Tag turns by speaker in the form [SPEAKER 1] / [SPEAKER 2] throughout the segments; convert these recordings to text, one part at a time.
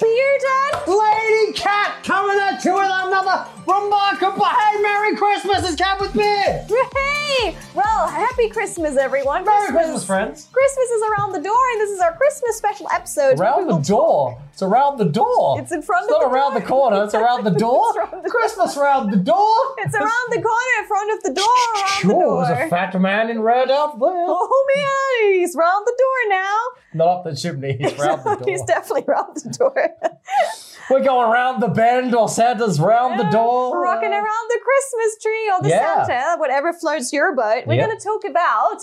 [SPEAKER 1] beer done?
[SPEAKER 2] Lady Cat coming at you with another remarkable. Hey, Merry Christmas! It's Cat with Beer!
[SPEAKER 1] Hey! Well, happy Christmas, everyone.
[SPEAKER 2] Merry Christmas, friends!
[SPEAKER 1] Christmas is around the door, and this is our Christmas special episode.
[SPEAKER 2] Around the door. It's around the door.
[SPEAKER 1] It's in front
[SPEAKER 2] It's
[SPEAKER 1] of
[SPEAKER 2] not
[SPEAKER 1] the
[SPEAKER 2] around
[SPEAKER 1] door.
[SPEAKER 2] the corner. It's around the door.
[SPEAKER 1] It's around the-
[SPEAKER 2] Christmas around the door.
[SPEAKER 1] It's around the corner, in front of the door, around the
[SPEAKER 2] Sure, there's a
[SPEAKER 1] door.
[SPEAKER 2] fat man in red out there.
[SPEAKER 1] Oh man, he's round the door now.
[SPEAKER 2] Not up the chimney. He's round the door.
[SPEAKER 1] he's definitely round the door.
[SPEAKER 2] We're going round the bend, or Santa's round the door.
[SPEAKER 1] Rocking around the Christmas tree or the
[SPEAKER 2] Yeah.
[SPEAKER 1] Santa, whatever floats your boat. We're
[SPEAKER 2] Yep.
[SPEAKER 1] going to talk about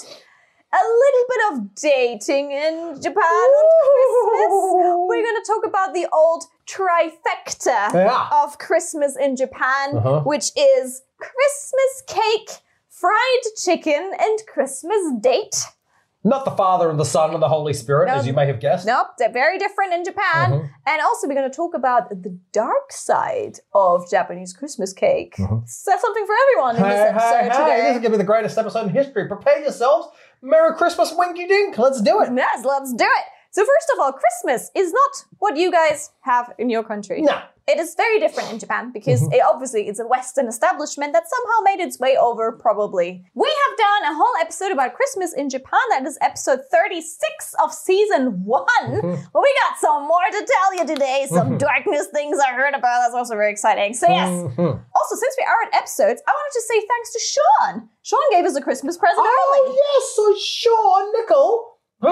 [SPEAKER 1] a little bit of dating in Japan on Christmas. We're going to talk about the old trifecta
[SPEAKER 2] Yeah.
[SPEAKER 1] of Christmas in Japan,
[SPEAKER 2] Uh-huh.
[SPEAKER 1] which is Christmas cake, fried chicken, and Christmas date.
[SPEAKER 2] Not the Father and the Son and the Holy Spirit,
[SPEAKER 1] No.
[SPEAKER 2] as you may have guessed.
[SPEAKER 1] Nope, they're very different in Japan.
[SPEAKER 2] Mhm.
[SPEAKER 1] And also, we're going to talk about the dark side of Japanese Christmas cake. So that's something for everyone in this
[SPEAKER 2] Uh-huh. Hey, hey,
[SPEAKER 1] episode
[SPEAKER 2] hey, this
[SPEAKER 1] today.
[SPEAKER 2] is going to be the greatest episode in history. Prepare yourselves. Merry Christmas, Winky Dink. Let's do it.
[SPEAKER 1] Yes, let's do it. So, first of all, Christmas is not what you guys have in your country.
[SPEAKER 2] No.
[SPEAKER 1] It is very different in Japan because it obviously it's a Western establishment that somehow made its way over, probably. We have done a whole episode about Christmas in Japan. That is episode 36 of season one. But we got some more to tell you today. Some darkness things I heard about. That's also very exciting. So, yes.
[SPEAKER 2] Mhm.
[SPEAKER 1] Also, since we are at episodes, I wanted to say thanks to Sean. Sean gave us a Christmas present
[SPEAKER 2] Oh,
[SPEAKER 1] early.
[SPEAKER 2] yes. So, Sean Nickel, who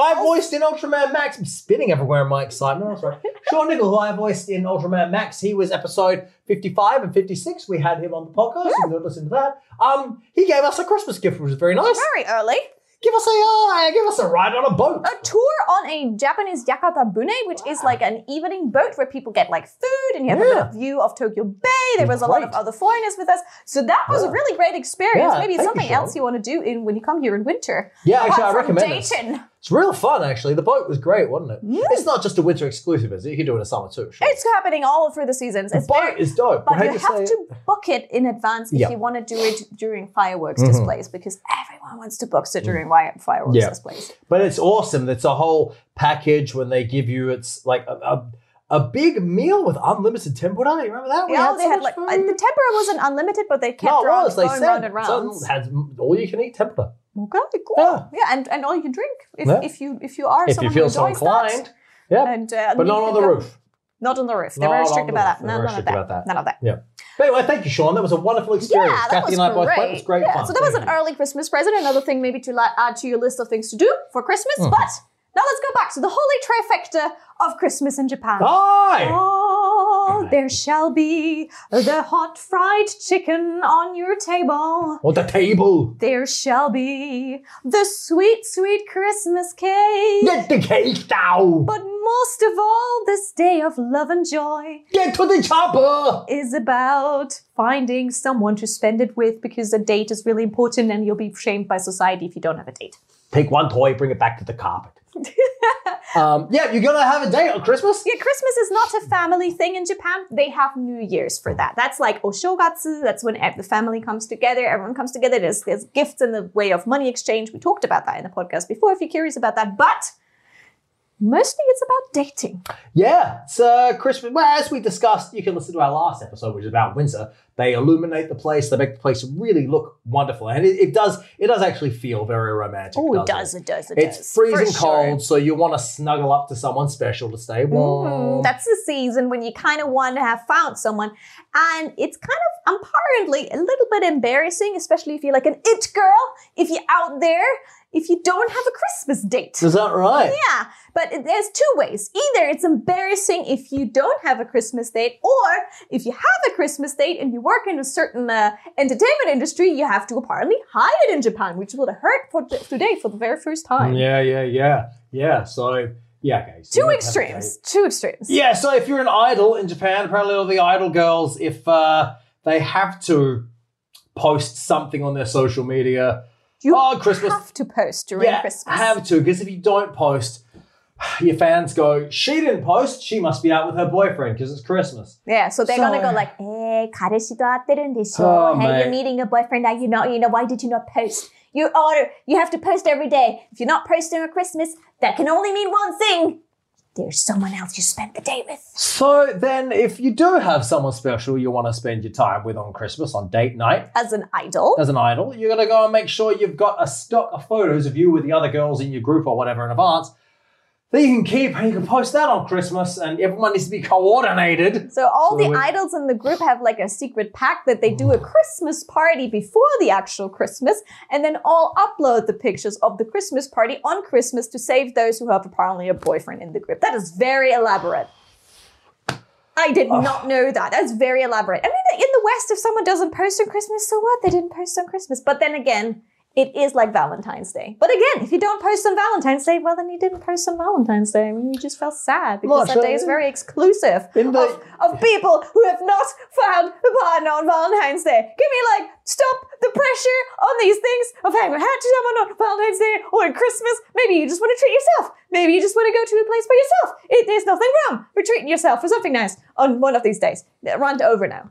[SPEAKER 2] I voiced in Ultraman Max. I'm spinning everywhere in my excitement. That's right. Sean Nickel, who I voiced in Ultraman Max. He was episode 55 and 56. We had him on the podcast. You can go listen to that. Um, He gave us a Christmas gift, which was very nice.
[SPEAKER 1] Very early.
[SPEAKER 2] Give us a uh, give us a ride on a boat.
[SPEAKER 1] a tour on a Japanese Yakata Bune, which is like an evening boat where people get like food and you have a bit
[SPEAKER 2] Yeah.
[SPEAKER 1] of view of Tokyo Bay. There was a lot of
[SPEAKER 2] Great.
[SPEAKER 1] other foreigners with us. So that was a
[SPEAKER 2] Yeah.
[SPEAKER 1] really great experience.
[SPEAKER 2] Yeah,
[SPEAKER 1] Maybe
[SPEAKER 2] thank you,
[SPEAKER 1] something
[SPEAKER 2] Sean.
[SPEAKER 1] else you want to do in when you come here in winter.
[SPEAKER 2] Yeah, actually,
[SPEAKER 1] Apart
[SPEAKER 2] I
[SPEAKER 1] from
[SPEAKER 2] recommend it.
[SPEAKER 1] dating.
[SPEAKER 2] It's real fun, actually. The boat was great, wasn't it? It's not just a winter exclusive, is it? You can do it in summer too. Sure.
[SPEAKER 1] It's happening all through the seasons.
[SPEAKER 2] the
[SPEAKER 1] It's
[SPEAKER 2] boat
[SPEAKER 1] very-
[SPEAKER 2] is dope.
[SPEAKER 1] but
[SPEAKER 2] I hate
[SPEAKER 1] you have
[SPEAKER 2] say
[SPEAKER 1] to book it in advance if
[SPEAKER 2] Yeah. Mm-hmm.
[SPEAKER 1] you want to do it during fireworks displays because everyone wants to book it during wi- fireworks
[SPEAKER 2] Mm. Yeah.
[SPEAKER 1] displays.
[SPEAKER 2] But it's awesome. It's a whole package when they give you it's like a, a, a big meal with unlimited tempura. You remember that? We
[SPEAKER 1] Yeah, they
[SPEAKER 2] so
[SPEAKER 1] had
[SPEAKER 2] much
[SPEAKER 1] like
[SPEAKER 2] food.
[SPEAKER 1] uh, the tempura wasn't unlimited, but they kept
[SPEAKER 2] no, it
[SPEAKER 1] round-
[SPEAKER 2] was. They
[SPEAKER 1] going round
[SPEAKER 2] said
[SPEAKER 1] and round.
[SPEAKER 2] some had all you can eat tempura.
[SPEAKER 1] Okay, cool. Yeah,
[SPEAKER 2] Yeah.
[SPEAKER 1] and, and all you drink if,
[SPEAKER 2] Yeah.
[SPEAKER 1] if you if you are
[SPEAKER 2] If you
[SPEAKER 1] someone
[SPEAKER 2] feel
[SPEAKER 1] who
[SPEAKER 2] so
[SPEAKER 1] enjoys
[SPEAKER 2] inclined.
[SPEAKER 1] that.
[SPEAKER 2] Yeah.
[SPEAKER 1] And, uh,
[SPEAKER 2] but
[SPEAKER 1] you
[SPEAKER 2] not
[SPEAKER 1] can
[SPEAKER 2] on the
[SPEAKER 1] go-
[SPEAKER 2] roof.
[SPEAKER 1] Not on the roof. They're very
[SPEAKER 2] Not
[SPEAKER 1] restricted
[SPEAKER 2] on the
[SPEAKER 1] about that.
[SPEAKER 2] roof.
[SPEAKER 1] No,
[SPEAKER 2] They're
[SPEAKER 1] none of
[SPEAKER 2] restricted
[SPEAKER 1] that.
[SPEAKER 2] about that.
[SPEAKER 1] None of that.
[SPEAKER 2] Yeah. But anyway, thank you, Sean. That was a wonderful experience.
[SPEAKER 1] Yeah, that
[SPEAKER 2] Kathy
[SPEAKER 1] was
[SPEAKER 2] and I both went. It
[SPEAKER 1] great.
[SPEAKER 2] was great
[SPEAKER 1] yeah,
[SPEAKER 2] fun.
[SPEAKER 1] so that was an
[SPEAKER 2] Thank you.
[SPEAKER 1] early Christmas present. Another thing maybe to li- add to your list of things to do for Christmas.
[SPEAKER 2] Mm-hmm.
[SPEAKER 1] But now let's go back to the holy trifecta of Christmas in Japan.
[SPEAKER 2] Aye.
[SPEAKER 1] Oh, there shall be the hot fried chicken on your table.
[SPEAKER 2] On the table.
[SPEAKER 1] There shall be the sweet, sweet Christmas cake.
[SPEAKER 2] Get the cake down.
[SPEAKER 1] But most of all, this day of love and joy
[SPEAKER 2] Get to the chopper.
[SPEAKER 1] is about finding someone to spend it with because a date is really important and you'll be shamed by society if you don't have a date.
[SPEAKER 2] Take one toy, bring it back to the carpet. um, yeah, you're gonna have a date on Christmas.
[SPEAKER 1] Yeah, Christmas is not a family thing in Japan. They have New Year's for that. That's like Oshogatsu. That's when ev- the family comes together. Everyone comes together. There's, there's gifts in the way of money exchange. We talked about that in the podcast before if you're curious about that. But mostly it's about dating.
[SPEAKER 2] Yeah, it's uh, Christmas. Well, as we discussed, you can listen to our last episode, which is about Windsor. They illuminate the place. They make the place really look wonderful, and it, it does. It does actually feel very romantic.
[SPEAKER 1] Oh, it
[SPEAKER 2] doesn't
[SPEAKER 1] does, it does, it does.
[SPEAKER 2] It's freezing
[SPEAKER 1] For sure.
[SPEAKER 2] cold, so you want to snuggle up to someone special to stay warm.
[SPEAKER 1] Mm, that's the season when you kind of want to have found someone. And it's kind of apparently a little bit embarrassing, especially if you're like an it girl, if you're out there, if you don't have a Christmas date.
[SPEAKER 2] Is that right?
[SPEAKER 1] Yeah, but it- there's two ways. Either it's embarrassing if you don't have a Christmas date, or if you have a Christmas date and you work in a certain uh, entertainment industry, you have to apparently hide it in Japan, which would have hurt for t- today for the very first time.
[SPEAKER 2] Mm, Yeah, yeah, yeah, yeah. So yeah, okay. so you
[SPEAKER 1] Two
[SPEAKER 2] don't have a date.
[SPEAKER 1] extremes. Two extremes.
[SPEAKER 2] Yeah, so if you're an idol in Japan, apparently all the idol girls, if uh, they have to post something on their social media,
[SPEAKER 1] You
[SPEAKER 2] Oh, Christmas.
[SPEAKER 1] have to post during
[SPEAKER 2] yeah,
[SPEAKER 1] Christmas.
[SPEAKER 2] have to, because if you don't post, your fans go, she didn't post, she must be out with her boyfriend because it's Christmas.
[SPEAKER 1] yeah, so they're gonna go
[SPEAKER 2] So-
[SPEAKER 1] like, "Eh, 彼氏と会ってるんでしょ?
[SPEAKER 2] Oh,
[SPEAKER 1] hey, you're
[SPEAKER 2] mate.
[SPEAKER 1] meeting your boyfriend now. You know, you know, why did you not post? You are, you have to post every day. If you're not posting on Christmas, that can only mean one thing: there's someone else you spent the day with.
[SPEAKER 2] So then, if you do have someone special you want to spend your time with on Christmas, on date night,
[SPEAKER 1] As an idol.
[SPEAKER 2] as an idol, you're gonna go and make sure you've got a stock of photos of you with the other girls in your group or whatever in advance that you can keep and you can post that on Christmas, and everyone needs to be coordinated.
[SPEAKER 1] So all the
[SPEAKER 2] So we-
[SPEAKER 1] idols in the group have like a secret pact that they do a Christmas party before the actual Christmas and then all upload the pictures of the Christmas party on Christmas to save those who have apparently a boyfriend in the group. That is very elaborate. I did not know that. That's very elaborate. I mean, in the West, if someone doesn't post on Christmas, so what? They didn't post on Christmas. But then again, it is like Valentine's Day. But again, if you don't post on Valentine's Day, well, then you didn't post on Valentine's Day. I mean, you just felt sad because
[SPEAKER 2] Well,
[SPEAKER 1] that
[SPEAKER 2] so-
[SPEAKER 1] day is very exclusive
[SPEAKER 2] In the-
[SPEAKER 1] of, of people who have not found a partner on Valentine's Day. Can we like stop the pressure on these things of having had to someone on Valentine's Day or at Christmas? Maybe you just want to treat yourself. Maybe you just want to go to a place by yourself. It, there's nothing wrong with treating yourself for something nice on one of these days. Run over now.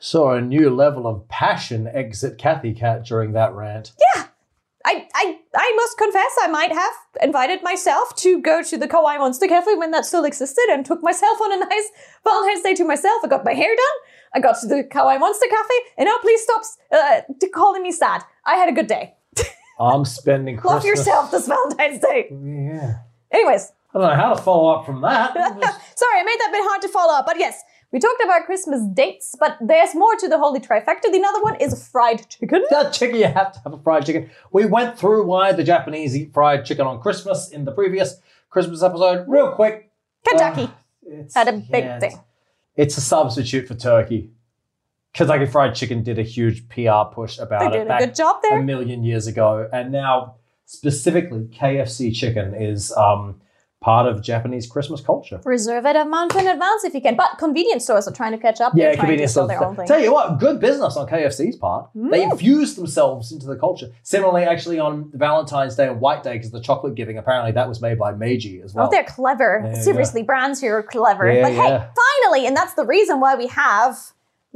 [SPEAKER 2] So a new level of passion exit Kathy Cat during that rant.
[SPEAKER 1] I, I, I must confess, I might have invited myself to go to the Kawaii Monster Cafe when that still existed and took myself on a nice Valentine's Day to myself. I got my hair done. I got to the Kawaii Monster Cafe. And now please stop uh, t- calling me sad. I had a good day.
[SPEAKER 2] I'm spending Christmas.
[SPEAKER 1] Love yourself this Valentine's Day.
[SPEAKER 2] Yeah.
[SPEAKER 1] Anyways,
[SPEAKER 2] I don't know how to follow up from that. I'm just-
[SPEAKER 1] sorry, I made that bit hard to follow up. But yes, we talked about Christmas dates, but there's more to the holy trifecta. The another one is fried chicken.
[SPEAKER 2] that chicken, you have to have a fried chicken. We went through why the Japanese eat fried chicken on Christmas in the previous Christmas episode. Real quick.
[SPEAKER 1] Kentucky.
[SPEAKER 2] It's-
[SPEAKER 1] Had a big
[SPEAKER 2] it's-
[SPEAKER 1] thing.
[SPEAKER 2] It's a substitute for turkey. Kentucky Fried Chicken did a huge PR push
[SPEAKER 1] they
[SPEAKER 2] about
[SPEAKER 1] did
[SPEAKER 2] it
[SPEAKER 1] a
[SPEAKER 2] back
[SPEAKER 1] good job
[SPEAKER 2] a
[SPEAKER 1] there.
[SPEAKER 2] million years ago, and now specifically KFC chicken is um, part of Japanese Christmas culture.
[SPEAKER 1] Reserve it a month in advance if you can. But convenience stores are trying to catch up. They're
[SPEAKER 2] Yeah,
[SPEAKER 1] trying to
[SPEAKER 2] convenience
[SPEAKER 1] sell
[SPEAKER 2] stores.
[SPEAKER 1] their own thing.
[SPEAKER 2] Tell you what, good business on KFC's part. They
[SPEAKER 1] Mm.
[SPEAKER 2] infused themselves into the culture. Similarly, actually, on Valentine's Day and White Day, because the chocolate giving apparently that was made by Meiji as well.
[SPEAKER 1] Oh, they're clever.
[SPEAKER 2] Yeah, yeah.
[SPEAKER 1] Seriously, brands here are clever.
[SPEAKER 2] Yeah,
[SPEAKER 1] but hey,
[SPEAKER 2] yeah.
[SPEAKER 1] finally, and that's the reason why we have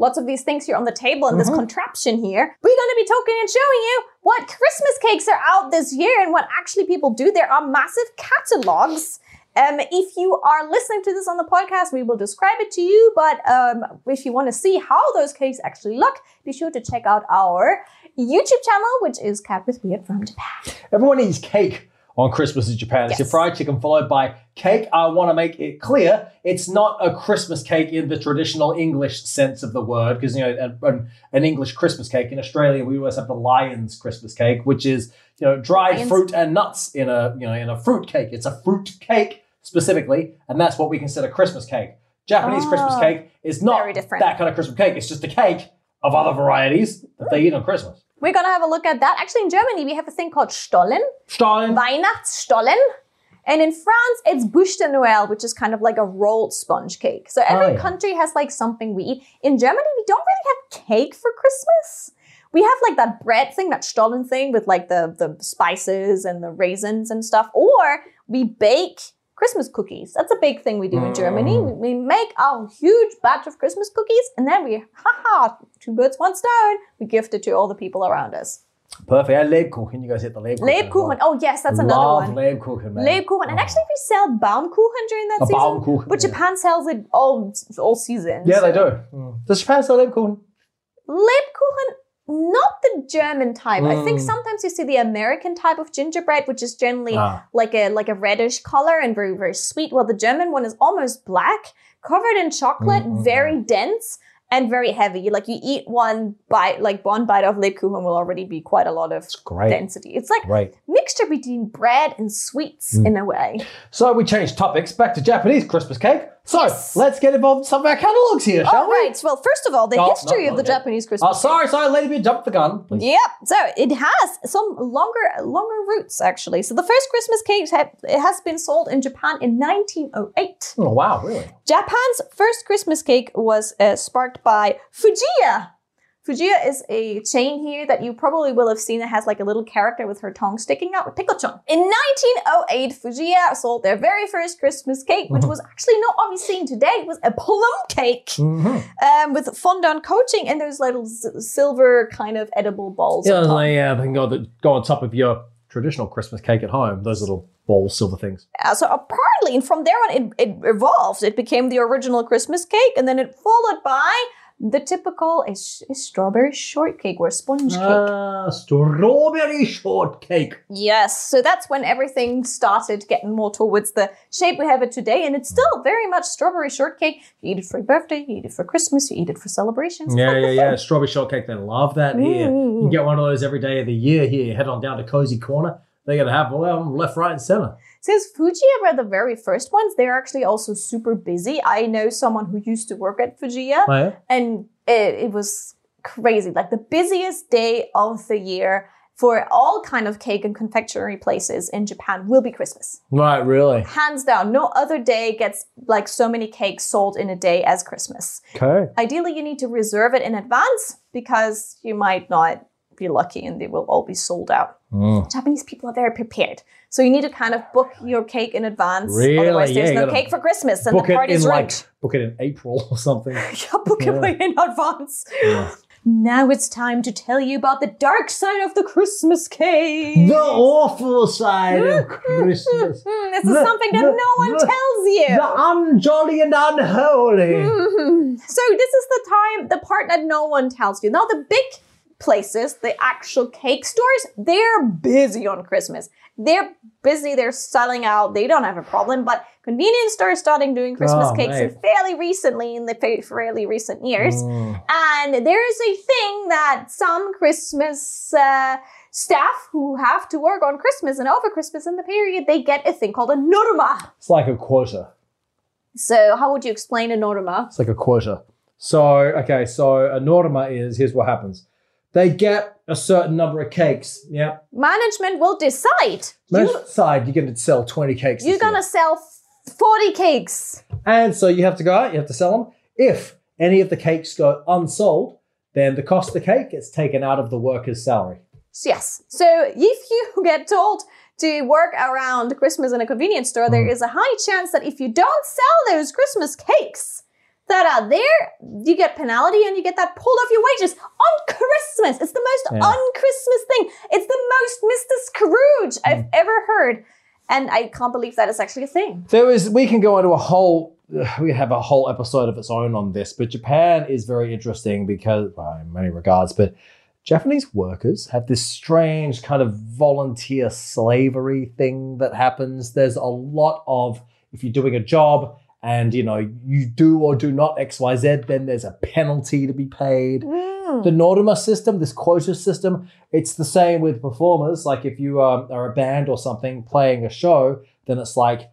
[SPEAKER 1] lots of these things here on the table and this
[SPEAKER 2] Mhm.
[SPEAKER 1] contraption here. We're going to be talking and showing you what Christmas cakes are out this year and what actually people do. There are massive catalogs. Um, if you are listening to this on the podcast, we will describe it to you. But um, if you want to see how those cakes actually look, be sure to check out our YouTube channel, which is Cat with Weird from Japan.
[SPEAKER 2] Everyone eats cake on Christmas in Japan. It's your
[SPEAKER 1] Yes.
[SPEAKER 2] fried chicken followed by cake. I want to make it clear it's not a Christmas cake in the traditional English sense of the word, because, you know, an- an, an English Christmas cake in Australia, we always have the lion's Christmas cake, which is, you know, dried
[SPEAKER 1] Lion's-
[SPEAKER 2] fruit and nuts in a, you know, in a fruit cake. It's a fruit cake specifically, and that's what we consider Christmas cake. Japanese
[SPEAKER 1] Oh,
[SPEAKER 2] Christmas cake is not
[SPEAKER 1] very different.
[SPEAKER 2] that kind of Christmas cake. It's just a cake of other varieties that they eat on Christmas.
[SPEAKER 1] We're going to have a look at that. Actually, in Germany, we have a thing called Stollen.
[SPEAKER 2] Stein.
[SPEAKER 1] Weihnachtsstollen. And in France, it's bûche de Noël, which is kind of like a rolled sponge cake. So every
[SPEAKER 2] Oh, yeah.
[SPEAKER 1] country has like something we eat. In Germany, we don't really have cake for Christmas. We have like that bread thing, that Stollen thing with like the, the spices and the raisins and stuff. Or we bake Christmas cookies. That's a big thing we do in Germany. We,
[SPEAKER 2] Mm.
[SPEAKER 1] we make our huge batch of Christmas cookies and then we, haha, two birds, one stone, we gift it to all the people around us.
[SPEAKER 2] Perfect. And Lebkuchen. You guys hit the Lebkuchen. as well.
[SPEAKER 1] Lebkuchen. Oh, yes, that's another
[SPEAKER 2] Love
[SPEAKER 1] one.
[SPEAKER 2] Lebkuchen, man.
[SPEAKER 1] Lebkuchen. And actually, we sell Baumkuchen during that
[SPEAKER 2] A
[SPEAKER 1] season.
[SPEAKER 2] Baumkuchen,
[SPEAKER 1] But
[SPEAKER 2] yeah.
[SPEAKER 1] Japan sells it all all season.
[SPEAKER 2] Yeah, they do. Does Japan sell Lebkuchen?
[SPEAKER 1] Lebkuchen, not the German type. I think
[SPEAKER 2] Mm.
[SPEAKER 1] sometimes you see the American type of gingerbread, which is generally
[SPEAKER 2] Ah.
[SPEAKER 1] like a like a reddish color and very very sweet. While the German one is almost black, covered in chocolate,
[SPEAKER 2] Mm, mm,
[SPEAKER 1] very dense and very heavy. You- Like you eat one bite, like one bite of Lebkuchen will already be quite a lot of
[SPEAKER 2] It's great.
[SPEAKER 1] density. It's like
[SPEAKER 2] Great.
[SPEAKER 1] mixture between bread and sweets
[SPEAKER 2] Mm.
[SPEAKER 1] in a way.
[SPEAKER 2] So we changed topics back to Japanese Christmas cake. So
[SPEAKER 1] Yes. Oh.
[SPEAKER 2] let's get involved in some of our catalogs here, shall
[SPEAKER 1] All
[SPEAKER 2] we?
[SPEAKER 1] right. Well, first of all, the
[SPEAKER 2] No, no,
[SPEAKER 1] history of
[SPEAKER 2] not
[SPEAKER 1] the
[SPEAKER 2] yet.
[SPEAKER 1] Japanese
[SPEAKER 2] Oh,
[SPEAKER 1] Christmas.
[SPEAKER 2] sorry, sorry, lady, we jumped the gun. Please.
[SPEAKER 1] Yep. So it has some longer, longer roots actually. So the first Christmas cake ha- it has been sold in Japan in 1908.
[SPEAKER 2] Oh, wow, really?
[SPEAKER 1] Japan's first Christmas cake was uh, sparked by Fujiya. Fujiya is a chain here that you probably will have seen that has like a little character with her tongue sticking out with pickle-chon. In 1908, Fujiya sold their very first Christmas cake, which was actually not always seen today. It was a plum cake
[SPEAKER 2] Mm-hmm.
[SPEAKER 1] um, with fondant coating and those little s- silver kind of edible balls. on top.
[SPEAKER 2] uh, yeah, they can go, the, go on top of your traditional Christmas cake at home, those little ball silver things.
[SPEAKER 1] Uh, so apparently, and from there on, it, it evolved. It became the original Christmas cake, and then it followed by the typical is, is strawberry shortcake or sponge cake.
[SPEAKER 2] Ah, strawberry shortcake.
[SPEAKER 1] Yes, so that's when everything started getting more towards the shape we have it today, and it's still very much strawberry shortcake. You eat it for your birthday, you eat it for Christmas, you eat it for celebrations.
[SPEAKER 2] Yeah, yeah, yeah. Strawberry shortcake. They love that
[SPEAKER 1] Mm.
[SPEAKER 2] here. You can get one of those every day of the year here. Head on down to Cozy Corner. They're going to have well, left, right, and center.
[SPEAKER 1] Since Fuji are the very first ones, they're actually also super busy. I know someone who used to work at Fujiya,
[SPEAKER 2] Oh, yeah?
[SPEAKER 1] and it, it was crazy like the busiest day of the year for all kind of cake and confectionery places in japan will be christmas
[SPEAKER 2] Right, really.
[SPEAKER 1] hands down no other day gets like so many cakes sold in a day as christmas
[SPEAKER 2] Okay.
[SPEAKER 1] ideally you need to reserve it in advance because you might not be lucky and they will all be sold out
[SPEAKER 2] Mm.
[SPEAKER 1] japanese people are very prepared so you need to kind of book your cake in advance
[SPEAKER 2] Really?
[SPEAKER 1] otherwise there's
[SPEAKER 2] Yeah, you
[SPEAKER 1] no
[SPEAKER 2] gotta
[SPEAKER 1] cake for christmas and
[SPEAKER 2] Book
[SPEAKER 1] the
[SPEAKER 2] it in
[SPEAKER 1] party's
[SPEAKER 2] like
[SPEAKER 1] ruined
[SPEAKER 2] book it in April or something.
[SPEAKER 1] yeah, book it
[SPEAKER 2] Yeah.
[SPEAKER 1] way in advance
[SPEAKER 2] Yeah.
[SPEAKER 1] now it's time to tell you about the dark side of the Christmas cake.
[SPEAKER 2] the awful side of Christmas.
[SPEAKER 1] Mm, this is
[SPEAKER 2] No,
[SPEAKER 1] something that
[SPEAKER 2] no,
[SPEAKER 1] no one
[SPEAKER 2] no.
[SPEAKER 1] tells you.
[SPEAKER 2] The unjolly and unholy.
[SPEAKER 1] Mhm. So this is the time, the part that no one tells you. Now the big places, the actual cake stores, they're busy on Christmas. They're busy, they're selling out, they don't have a problem, but convenience stores starting doing Christmas
[SPEAKER 2] Oh,
[SPEAKER 1] cakes
[SPEAKER 2] mate.
[SPEAKER 1] in fairly recently, in the fa- fairly recent years.
[SPEAKER 2] Mm.
[SPEAKER 1] And there is a thing that some Christmas uh, staff who have to work on Christmas and over Christmas in the period, they get a thing called a norma.
[SPEAKER 2] It's like a quota.
[SPEAKER 1] So, how would you explain a norma?
[SPEAKER 2] It's like a quota. So, okay, so a norma is here's what happens. They get a certain number of cakes. Yeah.
[SPEAKER 1] Management will decide
[SPEAKER 2] Most
[SPEAKER 1] you,
[SPEAKER 2] side, you're going to sell 20 cakes.
[SPEAKER 1] you're
[SPEAKER 2] this year.
[SPEAKER 1] gonna sell 40 cakes.
[SPEAKER 2] And so you have to go out, you have to sell them. If any of the cakes go unsold, then the cost of the cake gets taken out of the worker's salary.
[SPEAKER 1] So, yes. So, if you get told to work around Christmas in a convenience store, there is a high chance that if you don't sell those Christmas cakes that are there, you get penalty and you get that pulled off your wages on Christmas. It's the most
[SPEAKER 2] Yeah.
[SPEAKER 1] un Christmas thing. It's the most Mr. Scrooge I've ever heard. And I can't believe that is actually a thing.
[SPEAKER 2] There is, we can go into a whole, we have a whole episode of its own on this, but Japan is very interesting because, well, in many regards, but Japanese workers have this strange kind of volunteer slavery thing that happens. There's a lot of, if you're doing a job and, you know, you do or do not XYZ, then there's a penalty to be paid.
[SPEAKER 1] Mm.
[SPEAKER 2] the Norma system, this quota system, it's the same with performers. Like if you um, are a band or something playing a show, then it's like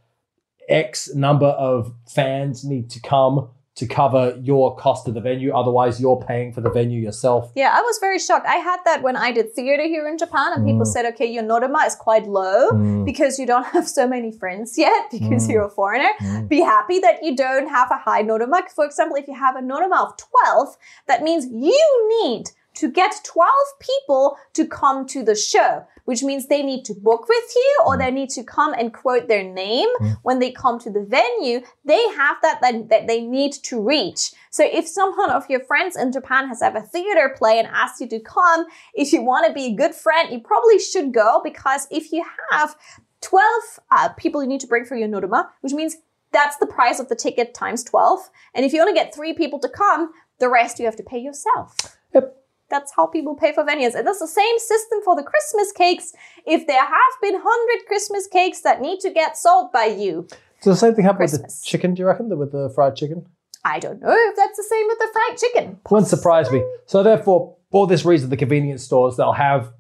[SPEAKER 2] X number of fans need to come to cover your cost of the venue. Otherwise, you're paying for the venue yourself.
[SPEAKER 1] Yeah, I was very shocked. I had that when I did theater here in Japan, and people
[SPEAKER 2] Mm.
[SPEAKER 1] said, okay, your norma is quite low. because you don't have so many friends yet because
[SPEAKER 2] Mm.
[SPEAKER 1] you're a foreigner.
[SPEAKER 2] Mm.
[SPEAKER 1] Be happy that you don't have a high norma. For example, if you have a norma of 12, that means you need to get 12 people to come to the show, which means they need to book with you or they need to come and quote their name
[SPEAKER 2] Mm.
[SPEAKER 1] when they come to the venue. They have that, that that they need to reach. So if someone of your friends in Japan has ever theater play and asks you to come, if you want to be a good friend, you probably should go because if you have 12 uh, people you need to bring for your norma, which means that's the price of the ticket times 12. And if you only get three people to come, the rest you have to pay yourself.
[SPEAKER 2] Yep.
[SPEAKER 1] That's how people pay for venues. And that's the same system for the Christmas cakes. If there have been 100 Christmas cakes that need to get sold by you,
[SPEAKER 2] So the same thing happened with
[SPEAKER 1] Christmas.
[SPEAKER 2] the chicken, do you reckon? With the fried chicken?
[SPEAKER 1] I don't know if that's the same with the fried chicken.
[SPEAKER 2] Wouldn't surprise me. So therefore, for this reason, the convenience stores, they'll have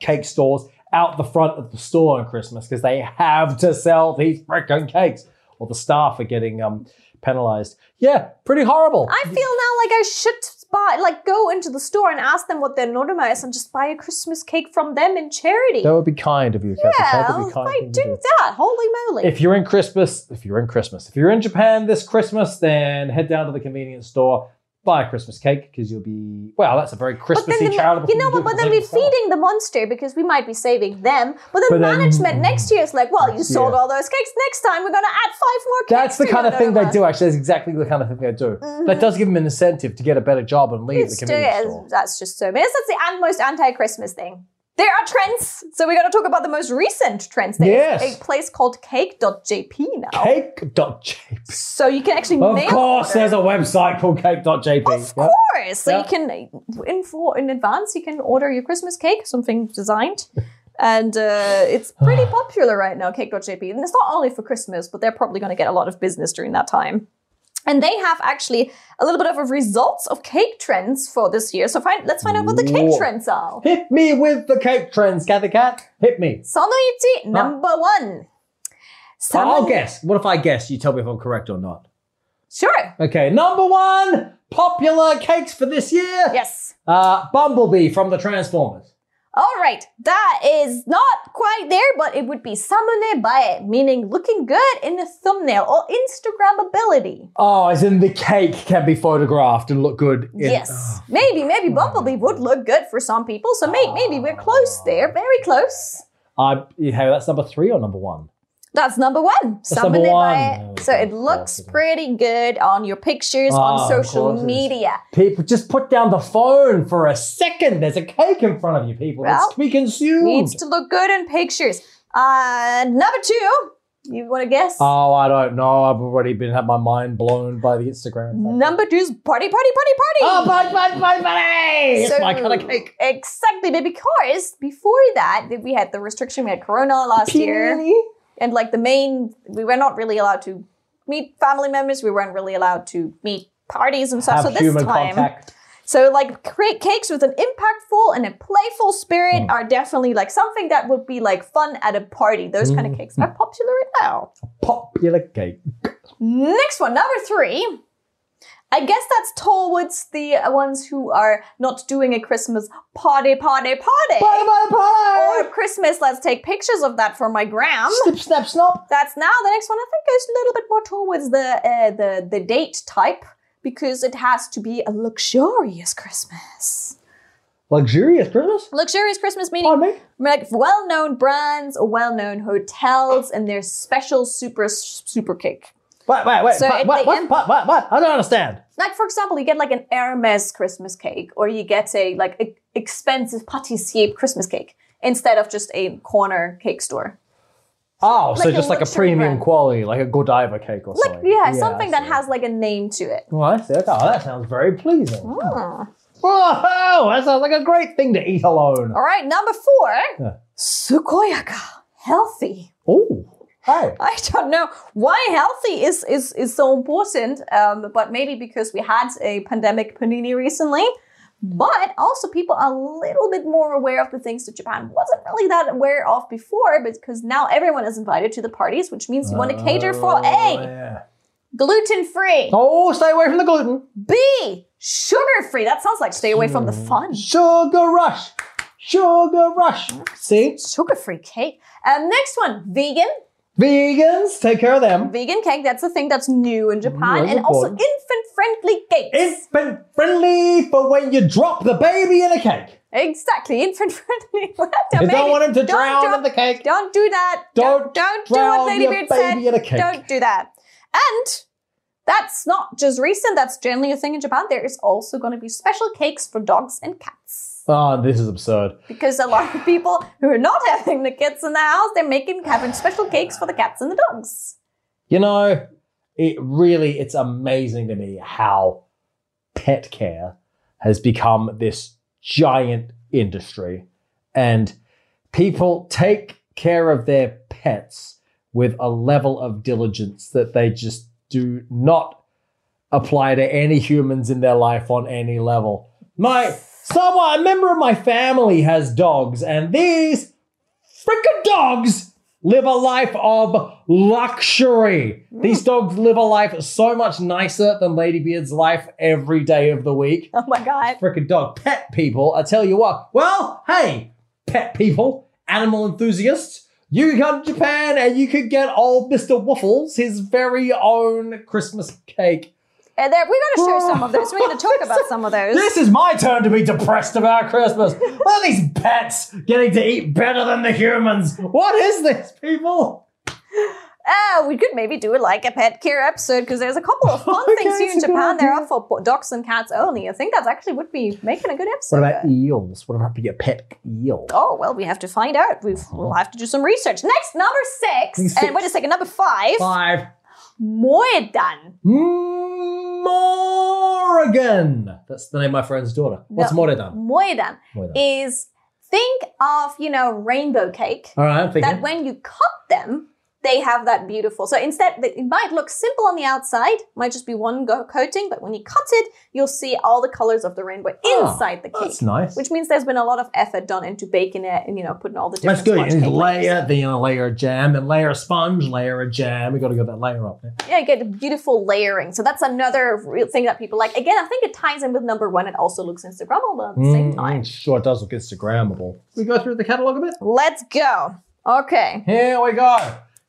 [SPEAKER 2] cake stores out the front of the store on Christmas because they have to sell these freaking cakes. Or the staff are getting um, penalized. Yeah, pretty horrible.
[SPEAKER 1] I feel now like I should buy, like go into the store and ask them what their norma is and just buy a Christmas cake from them in charity.
[SPEAKER 2] that would be kind of you, Catherine.
[SPEAKER 1] yeah,
[SPEAKER 2] that would be kind
[SPEAKER 1] I
[SPEAKER 2] thing to
[SPEAKER 1] do that. Holy moly.
[SPEAKER 2] If you're in Christmas, if you're in Christmas, if you're in Japan this Christmas, then head down to the convenience store, buy a Christmas cake because you'll be wow, that's a very Christmassy
[SPEAKER 1] the-
[SPEAKER 2] charitable.
[SPEAKER 1] you
[SPEAKER 2] thing
[SPEAKER 1] know,
[SPEAKER 2] to do
[SPEAKER 1] but, but
[SPEAKER 2] for
[SPEAKER 1] then
[SPEAKER 2] the
[SPEAKER 1] we're
[SPEAKER 2] staff.
[SPEAKER 1] feeding the monster because we might be saving them. But then
[SPEAKER 2] But then-
[SPEAKER 1] management next year is like, well, you sold
[SPEAKER 2] Yeah.
[SPEAKER 1] all those cakes. Next time we're gonna add five more cakes.
[SPEAKER 2] That's the
[SPEAKER 1] to
[SPEAKER 2] kind
[SPEAKER 1] your
[SPEAKER 2] of thing they
[SPEAKER 1] norma."
[SPEAKER 2] do, actually. That's exactly the kind of thing they do. That does give them an incentive to get a better job and leave
[SPEAKER 1] It's
[SPEAKER 2] the
[SPEAKER 1] Mm-hmm. do-
[SPEAKER 2] convenience store.
[SPEAKER 1] That's just so. I mean, that's the an- most anti-Christmas thing. There are trends. So we're going to talk about the most recent trends. There's
[SPEAKER 2] Yes.
[SPEAKER 1] a place called cake.jp now.
[SPEAKER 2] Cake.jp.
[SPEAKER 1] So you can actually
[SPEAKER 2] Of
[SPEAKER 1] mail
[SPEAKER 2] course,
[SPEAKER 1] order.
[SPEAKER 2] there's a website called cake.jp.
[SPEAKER 1] Of
[SPEAKER 2] Yep.
[SPEAKER 1] course. So
[SPEAKER 2] Yeah.
[SPEAKER 1] you can in for in advance you can order your Christmas cake, something designed. And uh, it's pretty popular right now, cake.jp. And it's not only for Christmas, but they're probably going to get a lot of business during that time. And they have actually a little bit of a results of cake trends for this year. So find, let's find out what the cake
[SPEAKER 2] Whoa.
[SPEAKER 1] trends are.
[SPEAKER 2] Hit me with the cake trends, Cat the Cat. Hit me.
[SPEAKER 1] Sonoyuchi, number one. Salmon-
[SPEAKER 2] I'll guess. What if I guess? You tell me if I'm correct or not.
[SPEAKER 1] Sure.
[SPEAKER 2] Okay, number one popular cakes for this year.
[SPEAKER 1] Yes.
[SPEAKER 2] Uh, Bumblebee from the Transformers.
[SPEAKER 1] All right, that is not quite there, but it would be samune bae, meaning looking good in a thumbnail or Instagrammability.
[SPEAKER 2] Oh, as in the cake can be photographed and look good. in-
[SPEAKER 1] Yes,
[SPEAKER 2] Oh.
[SPEAKER 1] maybe maybe Bumblebee would look good for some people, so may- maybe we're close there, very close.
[SPEAKER 2] Ah. I, hey, that's number three or number one?
[SPEAKER 1] That's number one,
[SPEAKER 2] number
[SPEAKER 1] samune
[SPEAKER 2] one.
[SPEAKER 1] bae. So it looks pretty good on your pictures
[SPEAKER 2] Ah,
[SPEAKER 1] on
[SPEAKER 2] of
[SPEAKER 1] social
[SPEAKER 2] course it is.
[SPEAKER 1] media.
[SPEAKER 2] People, just put down the phone for a second. There's a cake in front of you, people.
[SPEAKER 1] Well,
[SPEAKER 2] it's to be consumed.
[SPEAKER 1] Needs to look good in pictures. Uh, number two, you want to guess?
[SPEAKER 2] Oh, I don't know. I've already been had my mind blown by the Instagram. factor.
[SPEAKER 1] number two's party, party, party, party.
[SPEAKER 2] Oh, bud, bud, bud, buddy! It's
[SPEAKER 1] So-
[SPEAKER 2] my kind of cake.
[SPEAKER 1] Exactly, but because before that, we had the restriction, we had Corona last year,
[SPEAKER 2] Peony.
[SPEAKER 1] and like the main, we were not really allowed to meet family members. We weren't really allowed to meet parties and stuff.
[SPEAKER 2] Have
[SPEAKER 1] so this
[SPEAKER 2] human
[SPEAKER 1] time,
[SPEAKER 2] contact.
[SPEAKER 1] so like create cakes with an impactful and a playful spirit
[SPEAKER 2] Mm.
[SPEAKER 1] are definitely like something that would be like fun at a party. Those kind
[SPEAKER 2] Mm.
[SPEAKER 1] of cakes are popular now.
[SPEAKER 2] Popular cake.
[SPEAKER 1] Next one, number three. I guess that's towards the ones who are not doing a Christmas party, party, party.
[SPEAKER 2] Bye, bye,
[SPEAKER 1] Or
[SPEAKER 2] bye!
[SPEAKER 1] Christmas, let's take pictures of that for my gram.
[SPEAKER 2] Snip, snap, snop.
[SPEAKER 1] That's now the next one. I think goes a little bit more towards the uh, the the date type because it has to be a luxurious Christmas.
[SPEAKER 2] Luxurious Christmas?
[SPEAKER 1] Luxurious Christmas meaning
[SPEAKER 2] Pardon me?
[SPEAKER 1] like well-known brands or well-known hotels and their special super super cake.
[SPEAKER 2] Wait, wait, wait.
[SPEAKER 1] So
[SPEAKER 2] pa-
[SPEAKER 1] at
[SPEAKER 2] what,
[SPEAKER 1] the
[SPEAKER 2] what,
[SPEAKER 1] end-
[SPEAKER 2] pa- what, what? I don't understand.
[SPEAKER 1] Like for example, you get like an Hermes Christmas cake or you get a like e- expensive pâtissier Christmas cake instead of just a corner cake store.
[SPEAKER 2] Oh, so
[SPEAKER 1] Like a
[SPEAKER 2] just like a
[SPEAKER 1] luxury
[SPEAKER 2] premium
[SPEAKER 1] brand.
[SPEAKER 2] quality, like a Godiva cake or
[SPEAKER 1] Like,
[SPEAKER 2] something.
[SPEAKER 1] yeah, something
[SPEAKER 2] I
[SPEAKER 1] that
[SPEAKER 2] see.
[SPEAKER 1] has like a name to it.
[SPEAKER 2] Oh, I see. Okay. Oh, that sounds very pleasing.
[SPEAKER 1] Hmm.
[SPEAKER 2] Whoa, that sounds like a great thing to eat alone.
[SPEAKER 1] All right, number four,
[SPEAKER 2] Yeah.
[SPEAKER 1] sukoyaka, healthy.
[SPEAKER 2] Oh, hey.
[SPEAKER 1] I don't know why healthy is is is so important, um, but maybe because we had a pandemic panini recently. But also, people are a little bit more aware of the things that Japan wasn't really that aware of before, because now everyone is invited to the parties, which means you want to cater for
[SPEAKER 2] Oh,
[SPEAKER 1] A,
[SPEAKER 2] yeah.
[SPEAKER 1] gluten free,
[SPEAKER 2] Oh, stay away from the gluten.
[SPEAKER 1] B, sugar free. That sounds like stay away from the
[SPEAKER 2] Hmm.
[SPEAKER 1] fun.
[SPEAKER 2] Sugar rush. Sugar rush. See?
[SPEAKER 1] sugar-free cake. Um, next one, vegan.
[SPEAKER 2] Vegans, take care of them.
[SPEAKER 1] Vegan cake, that's a thing that's new in Japan.
[SPEAKER 2] Mm, that's
[SPEAKER 1] and also
[SPEAKER 2] important.
[SPEAKER 1] infant-friendly cakes.
[SPEAKER 2] Infant friendly for when you drop the baby in a cake.
[SPEAKER 1] exactly, infant-friendly. Well,
[SPEAKER 2] You
[SPEAKER 1] maybe-
[SPEAKER 2] don't want him to
[SPEAKER 1] don't
[SPEAKER 2] drown
[SPEAKER 1] drop-
[SPEAKER 2] in the cake.
[SPEAKER 1] Don't do that.
[SPEAKER 2] Don't,
[SPEAKER 1] don't, do
[SPEAKER 2] drown
[SPEAKER 1] what Lady
[SPEAKER 2] your
[SPEAKER 1] Bird
[SPEAKER 2] baby
[SPEAKER 1] said.
[SPEAKER 2] in a cake.
[SPEAKER 1] Don't do that. And that's not just recent, that's generally a thing in Japan. There is also going to be special cakes for dogs and cats.
[SPEAKER 2] Oh, this is absurd.
[SPEAKER 1] Because a lot of people who are not having the kids in the house, they're making having special cakes for the cats and the dogs.
[SPEAKER 2] You know, it really it's amazing to me how pet care has become this giant industry and people take care of their pets with a level of diligence that they just do not apply to any humans in their life on any level. My someone a member of my family has dogs and these freaking dogs live a life of luxury. These dogs live a life so much nicer than Ladybeard's life every day of the week.
[SPEAKER 1] Oh my god.
[SPEAKER 2] Freaking dog. Pet people, I tell you what. Well, hey, pet people, animal enthusiasts, you can come to Japan and you could get old Mr. Waffles his very own Christmas cake.
[SPEAKER 1] And there, we're going to show some of those. We're going to talk about some of those.
[SPEAKER 2] This is my turn to be depressed about Christmas. What are these pets getting to eat better than the humans? What is this, people?
[SPEAKER 1] Uh, we could maybe do like a pet care episode because there's a couple of fun
[SPEAKER 2] Okay,
[SPEAKER 1] things here in
[SPEAKER 2] it's a good
[SPEAKER 1] Japan. There
[SPEAKER 2] idea.
[SPEAKER 1] are for po- dogs and cats only. I think that actually would be making a good episode.
[SPEAKER 2] What about eels? What about your pet eel?
[SPEAKER 1] Oh well, we have to find out. We've, we'll have to do some research. Next, number six,
[SPEAKER 2] Six.
[SPEAKER 1] and wait a second, number five.
[SPEAKER 2] Five.
[SPEAKER 1] Moedan.
[SPEAKER 2] Morrigan. That's the name of my friend's daughter. What's
[SPEAKER 1] No.
[SPEAKER 2] Morrigan?
[SPEAKER 1] Moedan
[SPEAKER 2] Morrigan.
[SPEAKER 1] is think of you know rainbow cake.
[SPEAKER 2] All right, I'm
[SPEAKER 1] that
[SPEAKER 2] thinking.
[SPEAKER 1] when you cut them, they have that beautiful. So instead, they- it might look simple on the outside, might just be one go- coating, but when you cut it, you'll see all the colors of the rainbow
[SPEAKER 2] Oh,
[SPEAKER 1] inside the cake.
[SPEAKER 2] That's nice.
[SPEAKER 1] Which means there's been a lot of effort done into baking it and you know putting all the different.
[SPEAKER 2] That's good.
[SPEAKER 1] sponge
[SPEAKER 2] You need
[SPEAKER 1] cake layers.
[SPEAKER 2] layer, then you layer of jam, then layer of sponge, layer of jam. We got to get that layer up. there.
[SPEAKER 1] Yeah, you get a beautiful layering. So that's another real thing that people like. Again, I think it ties in with number one. It also looks Instagrammable at the same
[SPEAKER 2] Mm,
[SPEAKER 1] time.
[SPEAKER 2] mm, Sure, it does look Instagrammable. We go through the catalog a bit.
[SPEAKER 1] Let's go. Okay.
[SPEAKER 2] Here we go.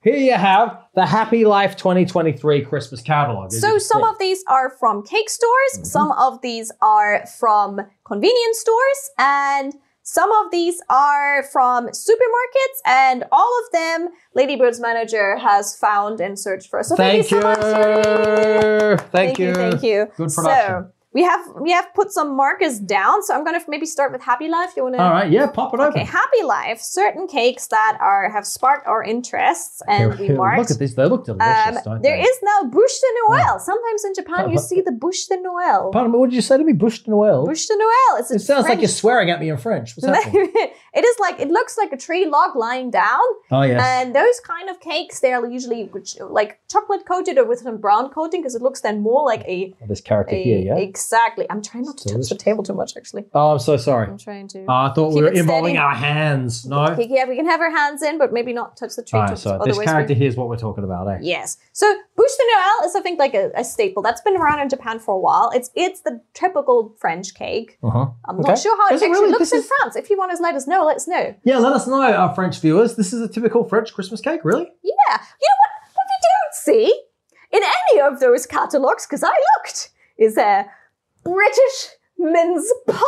[SPEAKER 2] Here you have the Happy Life 2023 Christmas catalog. as you
[SPEAKER 1] So
[SPEAKER 2] can
[SPEAKER 1] some
[SPEAKER 2] see.
[SPEAKER 1] of these are from cake stores,
[SPEAKER 2] Mm-hmm.
[SPEAKER 1] some of these are from convenience stores, and some of these are from supermarkets, and all of them Ladybird's manager has found and searched for. So thank,
[SPEAKER 2] thank
[SPEAKER 1] you
[SPEAKER 2] you,
[SPEAKER 1] so much.
[SPEAKER 2] thank,
[SPEAKER 1] Thank you, thank you.
[SPEAKER 2] Good
[SPEAKER 1] So
[SPEAKER 2] production.
[SPEAKER 1] we have we have put some markers down. So I'm gonna maybe start with Happy Life. You wanna
[SPEAKER 2] All right, yeah, pop it
[SPEAKER 1] Okay,
[SPEAKER 2] open.
[SPEAKER 1] Happy Life, certain cakes that are have sparked our interests and we marked.
[SPEAKER 2] Look at these; they look delicious.
[SPEAKER 1] Um,
[SPEAKER 2] don't
[SPEAKER 1] there
[SPEAKER 2] they?
[SPEAKER 1] is now Bouche de Noël. Sometimes in Japan, you
[SPEAKER 2] Ah. Pardon?
[SPEAKER 1] see the Bouche de Noël.
[SPEAKER 2] Pardon me, what did you say to me? Bush de Noel.
[SPEAKER 1] Bouche de Noël. It's a
[SPEAKER 2] it sounds like you're
[SPEAKER 1] French-
[SPEAKER 2] swearing at me in French. What's happening?
[SPEAKER 1] it is like it looks like a tree log lying down,
[SPEAKER 2] oh yes.
[SPEAKER 1] and those kind of cakes they are usually which, like chocolate coated or with some brown coating because it looks then more like a,
[SPEAKER 2] Oh, this character
[SPEAKER 1] a-
[SPEAKER 2] here, yeah.
[SPEAKER 1] exactly. I'm trying not to
[SPEAKER 2] So
[SPEAKER 1] touch
[SPEAKER 2] this-
[SPEAKER 1] the table too much actually.
[SPEAKER 2] oh, I'm so sorry.
[SPEAKER 1] I'm trying to.
[SPEAKER 2] Oh, I thought we
[SPEAKER 1] Keep
[SPEAKER 2] were
[SPEAKER 1] it
[SPEAKER 2] involving
[SPEAKER 1] steady.
[SPEAKER 2] our hands. No.
[SPEAKER 1] Okay, yeah, we can have our hands in, but maybe not touch the tree.
[SPEAKER 2] Alright,
[SPEAKER 1] just-
[SPEAKER 2] so Ah, this
[SPEAKER 1] otherwise we-
[SPEAKER 2] character here is what we're talking about, eh?
[SPEAKER 1] Yes. So Bouche de Noël is, I think, like a, a staple that's been around in Japan for a while. It's it's the typical French cake.
[SPEAKER 2] Uh huh.
[SPEAKER 1] I'm
[SPEAKER 2] Okay.
[SPEAKER 1] not sure how it
[SPEAKER 2] Does it
[SPEAKER 1] actually
[SPEAKER 2] really-
[SPEAKER 1] looks
[SPEAKER 2] this
[SPEAKER 1] in
[SPEAKER 2] is-
[SPEAKER 1] France. If you want to let us know, let us know.
[SPEAKER 2] Yeah, let us know, our French viewers. This is a typical French Christmas cake, really?
[SPEAKER 1] Yeah. You know what? What we don't see in any of those catalogs, because I looked, is there British mince pies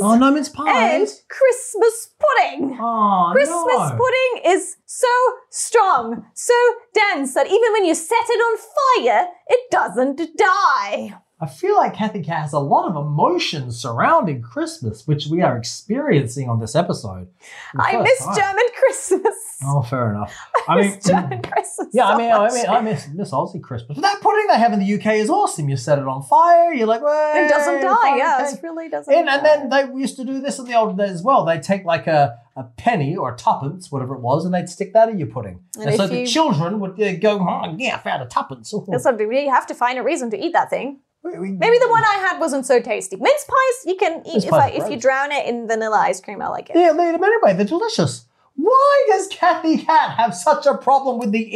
[SPEAKER 2] Oh, no mince
[SPEAKER 1] and
[SPEAKER 2] pies.
[SPEAKER 1] Christmas pudding.
[SPEAKER 2] Oh,
[SPEAKER 1] Christmas
[SPEAKER 2] no.
[SPEAKER 1] pudding is so strong, so dense that even when you set it on fire, it doesn't die.
[SPEAKER 2] I feel like Kathy Cat has a lot of emotions surrounding Christmas, which we are experiencing on this episode. For the
[SPEAKER 1] I
[SPEAKER 2] first
[SPEAKER 1] miss
[SPEAKER 2] time.
[SPEAKER 1] German Christmas.
[SPEAKER 2] Oh, fair enough. I
[SPEAKER 1] I
[SPEAKER 2] mean,
[SPEAKER 1] miss German Christmas.
[SPEAKER 2] yeah,
[SPEAKER 1] so
[SPEAKER 2] I mean, I
[SPEAKER 1] much.
[SPEAKER 2] mean, I miss Miss Aussie Christmas. But that pudding they have in the UK is awesome. You set it on fire. You're like, well,
[SPEAKER 1] it doesn't die. Yeah, it really doesn't.
[SPEAKER 2] And, and
[SPEAKER 1] die.
[SPEAKER 2] then they used to do this in the old days as well. They'd take like a, a penny or a tuppence, whatever it was, and they'd stick that in your pudding.
[SPEAKER 1] And
[SPEAKER 2] And, so
[SPEAKER 1] if
[SPEAKER 2] the
[SPEAKER 1] you-
[SPEAKER 2] children would uh, go, oh, yeah, I found a tuppence.
[SPEAKER 1] That's what we really have to find a reason to eat that thing. Maybe the one I had wasn't so tasty. Mince pies, you can eat
[SPEAKER 2] Mince
[SPEAKER 1] if,
[SPEAKER 2] pies
[SPEAKER 1] I,
[SPEAKER 2] are
[SPEAKER 1] if you
[SPEAKER 2] great.
[SPEAKER 1] drown it in vanilla ice cream. I like it.
[SPEAKER 2] Yeah, they eat them anyway. They're delicious. Why does Kathy Cat have such a problem with the